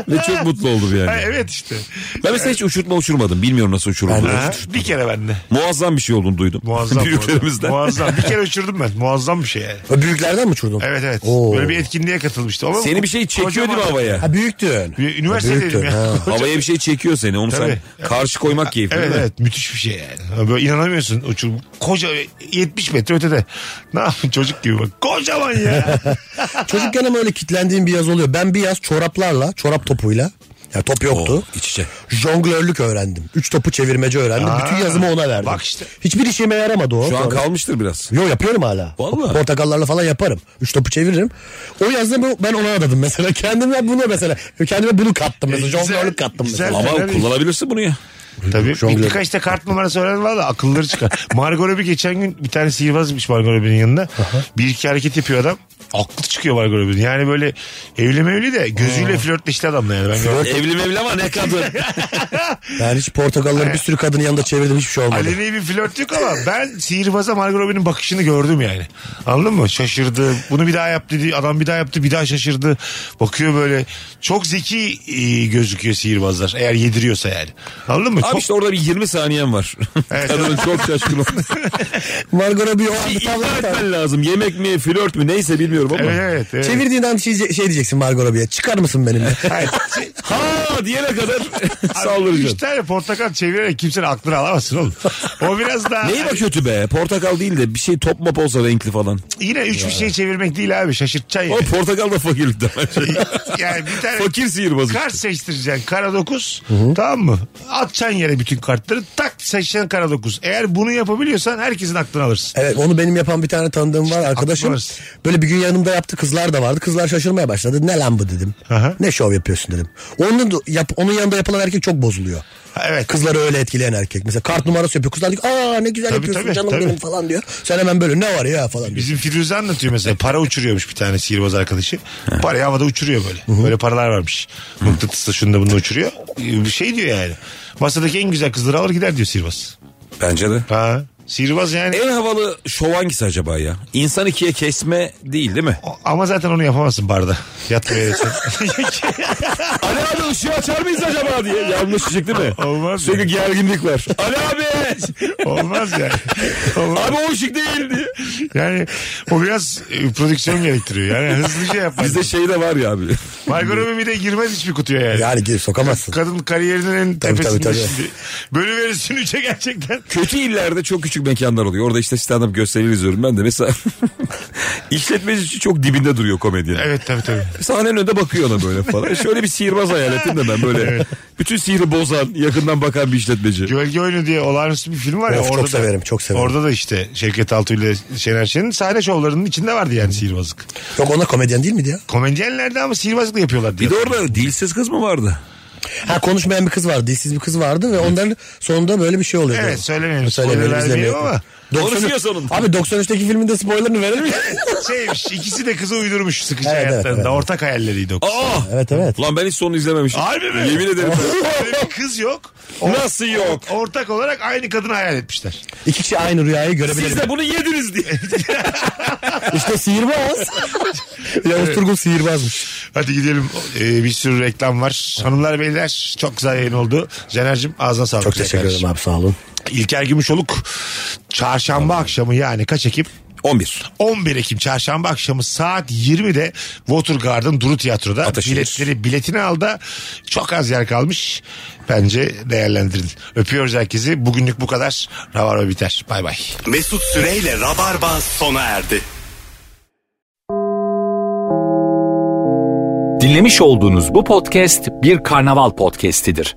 Ve çok mutlu oldum
Ha,
yani.
evet işte.
Ben mesela hiç uçurtma uçurmadım. Bilmiyorum nasıl uçuruldu.
Ha, bir kere ben de.
Muazzam bir şey olduğunu duydum. [laughs]
Muazzam.
Büyüklerimizden.
Muazzam. Bir kere
[laughs]
uçurdum ben. Muazzam bir şey yani.
O büyüklerden mi uçurdun?
Evet evet.
Oo.
Böyle bir etkinliğe katılmıştım. Ama
Seni bir şey çekiyor değil mi
Kocaman-
havaya?
Ha büyüktün.
Bir üniversitedeydim [laughs]
Büyüktün,
ya.
ha.
Havaya bir şey çekiyor seni. Onu sen
Tabii.
karşı koymak keyifli
Evet
değil mi?
evet müthiş bir şey yani. Böyle inanamıyorsun uçur. Koca 70 metre ötede. Ne yapayım çocuk gibi bak. Kocaman
[laughs]
ya.
Çocukken ama öyle kitlendiğim bir yaz oluyor. Ben bir yaz çoraplarla, çorap topuyla. Ya top yoktu.
Oo, Oh, iç içe.
Jonglörlük öğrendim. Üç topu çevirmece öğrendim.
Aa,
Bütün yazımı ona verdim.
bak işte.
Hiçbir işime yaramadı o.
Şu an
Sonra-
kalmıştır biraz.
Yo yapıyorum hala.
Vallahi.
Portakallarla falan yaparım. Üç topu çeviririm. O yazda bu- ben ona adadım mesela. [laughs] Kendime bunu mesela. Kendime bunu kattım mesela.
E, güzel,
Jonglörlük kattım
güzel.
mesela.
Ama
Fener-
kullanabilirsin bunu ya.
Tabii
Jonglör.
birkaç da kart numarası öğrendim valla akılları çıkar. [laughs] Margot Robbie geçen gün bir tane sihirbazmış Margot Robbie'nin yanında. bir iki hareket yapıyor adam. Aklı çıkıyor Margot Robbie'nin. Yani böyle evli mevli de
Hmm.
gözüyle flörtleşti adamla yani. Ben gördüm.
Evli mevli ama ne kadın.
[laughs]
Ben hiç
E,
portakalları bir sürü kadının yanında çevirdim. Hiçbir şey olmadı.
Aleni bir flört yok ama ben sihirbaza Margot Robbie'nin bakışını gördüm yani. Anladın mı? Şaşırdı. Bunu bir daha yap dedi. Adam bir daha yaptı. Bir daha şaşırdı. Bakıyor böyle. Çok zeki e, gözüküyor sihirbazlar. Eğer yediriyorsa yani. Anladın mı?
Abi
Çok-
işte orada bir 20 saniyen var. [laughs]
Evet.
Kadının çok
[laughs]
şaşkın oldu.
Margot Robbie o anda tam-
İkna etmen lazım. Yemek mi, flört mü neyse bilmiyorum ama.
Evet, evet, evet.
Çevirdiğin an şey, şey diyeceksin Margot Robbie'ye. Çıkar
[laughs]
mısın benimle?
Hayır.
Ha diyene kadar
Üç
[laughs] saldıracaksın.
tane portakal çevirerek kimsenin aklını alamazsın oğlum. O biraz daha...
Neyi bak kötü be? Portakal değil de bir şey top mop olsa renkli falan.
Yine üç bir şey çevirmek değil abi şaşırtacaksın
O
yani.
portakal da fakirlikten bence.
[laughs] yani bir tane...
Fakir sihirbazı.
Kart seçtireceksin kara dokuz tamam mı? Atacaksın yere bütün kartları tak seçeceksin kara dokuz. Eğer bunu yapabiliyorsan herkesin aklını alırsın.
[laughs]
Evet onu benim yapan bir tane tanıdığım var arkadaşım.
aklımız.
Böyle bir gün yanımda yaptı kızlar da vardı. Kızlar şaşırmaya başladı. Ne lan bu dedim.
Aha.
Ne şov yapıyorsun dedim. Onun da- yap, onun yanında yapılan erkek çok bozuluyor.
Ha, Evet.
Kızları öyle etkileyen erkek. Mesela kart numarası yapıyor. Kızlar diyor aa ne güzel
Tabii,
yapıyorsun
tabii,
canım
tabii.
benim falan diyor. Sen hemen böyle ne var ya falan diyor.
Bizim Firuze anlatıyor mesela para uçuruyormuş bir tane sihirbaz arkadaşı. Parayı havada uçuruyor böyle. Böyle paralar varmış. Mıknatısı da şunu da bunu da uçuruyor. Ee, Bir şey diyor yani. Masadaki en güzel kızları alır gider diyor sihirbaz.
Bence de.
Ha. Sihirbaz yani.
En havalı şov hangisi acaba ya? İnsan ikiye kesme değil değil mi?
Ama zaten onu yapamazsın barda. Yatmaya yatsan.
Ali abi ışığı açar mıyız acaba diye. Yanlış ışık değil mi?
Olmaz
Sürekli gerginlik var. Ali abi.
[laughs] Olmaz yani. Olmaz.
abi o ışık değil diye.
Yani o biraz e, prodüksiyon gerektiriyor. Yani hızlıca yapmak.
Bizde şey de var ya abi.
Maygonomi bir de girmez hiçbir kutuya yani.
Yani gir sokamazsın.
Kadın kariyerinin en
Tabii,
tepesinde
tabii, tabii.
şimdi. Bölü verirsin üçe gerçekten.
Kötü illerde çok küçük mekanlar oluyor. Orada işte stand-up gösterileri izliyorum ben de. Mesela [laughs] işletmeci çok dibinde duruyor komedyenin.
Evet tabii tabii.
Sahnenin önünde bakıyor ona böyle falan. Şöyle bir sihirbaz hayal ettim de ben böyle. Bütün sihri bozan, yakından bakan bir işletmeci.
Gölge Oyunu diye olağanüstü bir film var ya.
Of, çok
orada da-
severim, çok severim.
Orada da işte Şevket Altuğ ile Şener Şen'in sahne şovlarının içinde vardı yani sihirbazlık.
Yok ona komedyen değil miydi ya?
Komedyenlerde ama sihirbazlık da yapıyorlar diye.
Bir de orada dilsiz kız mı vardı?
Ha konuşmayan bir kız vardı. Dilsiz bir kız vardı ve onların sonunda böyle bir şey oluyor.
Evet, söylemeyelim. Spoiler vermeyelim ama.
Konuşuyor
93,
sonunda.
abi 93'teki filminde spoilerını
[laughs]
verir mi?
Şeymiş ikisi de kızı uydurmuş sıkıcı
Evet, evet,
hayatlarında.
evet.
Ortak hayalleriydi o kız.
Aa!
evet evet.
Lan ben hiç sonunu izlememişim.
Harbi mi?
Yemin ederim.
Böyle bir kız yok.
Nasıl yok?
Ortak olarak aynı kadını hayal etmişler.
İki kişi aynı rüyayı görebilir.
Siz de bunu yediniz diye.
İşte sihirbaz.
[laughs]
Yavuz Turgul sihirbazmış.
Hadi gidelim. Ee, bir sürü reklam var. Hanımlar beyler çok güzel yayın oldu. Caner'cim ağzına sağlık.
Çok teşekkür ederim abi sağ olun.
İlker Gümüşoluk çarşamba akşamı yani kaç Ekim?
11.
11 Ekim çarşamba akşamı saat 20'de Watergarden Duru Tiyatro'da
Ateşimiz.
biletleri biletini al da çok az yer kalmış. Bence değerlendirin. Öpüyoruz herkesi. Bugünlük bu kadar. Ravarva biter. Bay bay.
Mesut Süreyle Rabarba sona erdi.
Dinlemiş olduğunuz bu podcast bir karnaval podcastidir.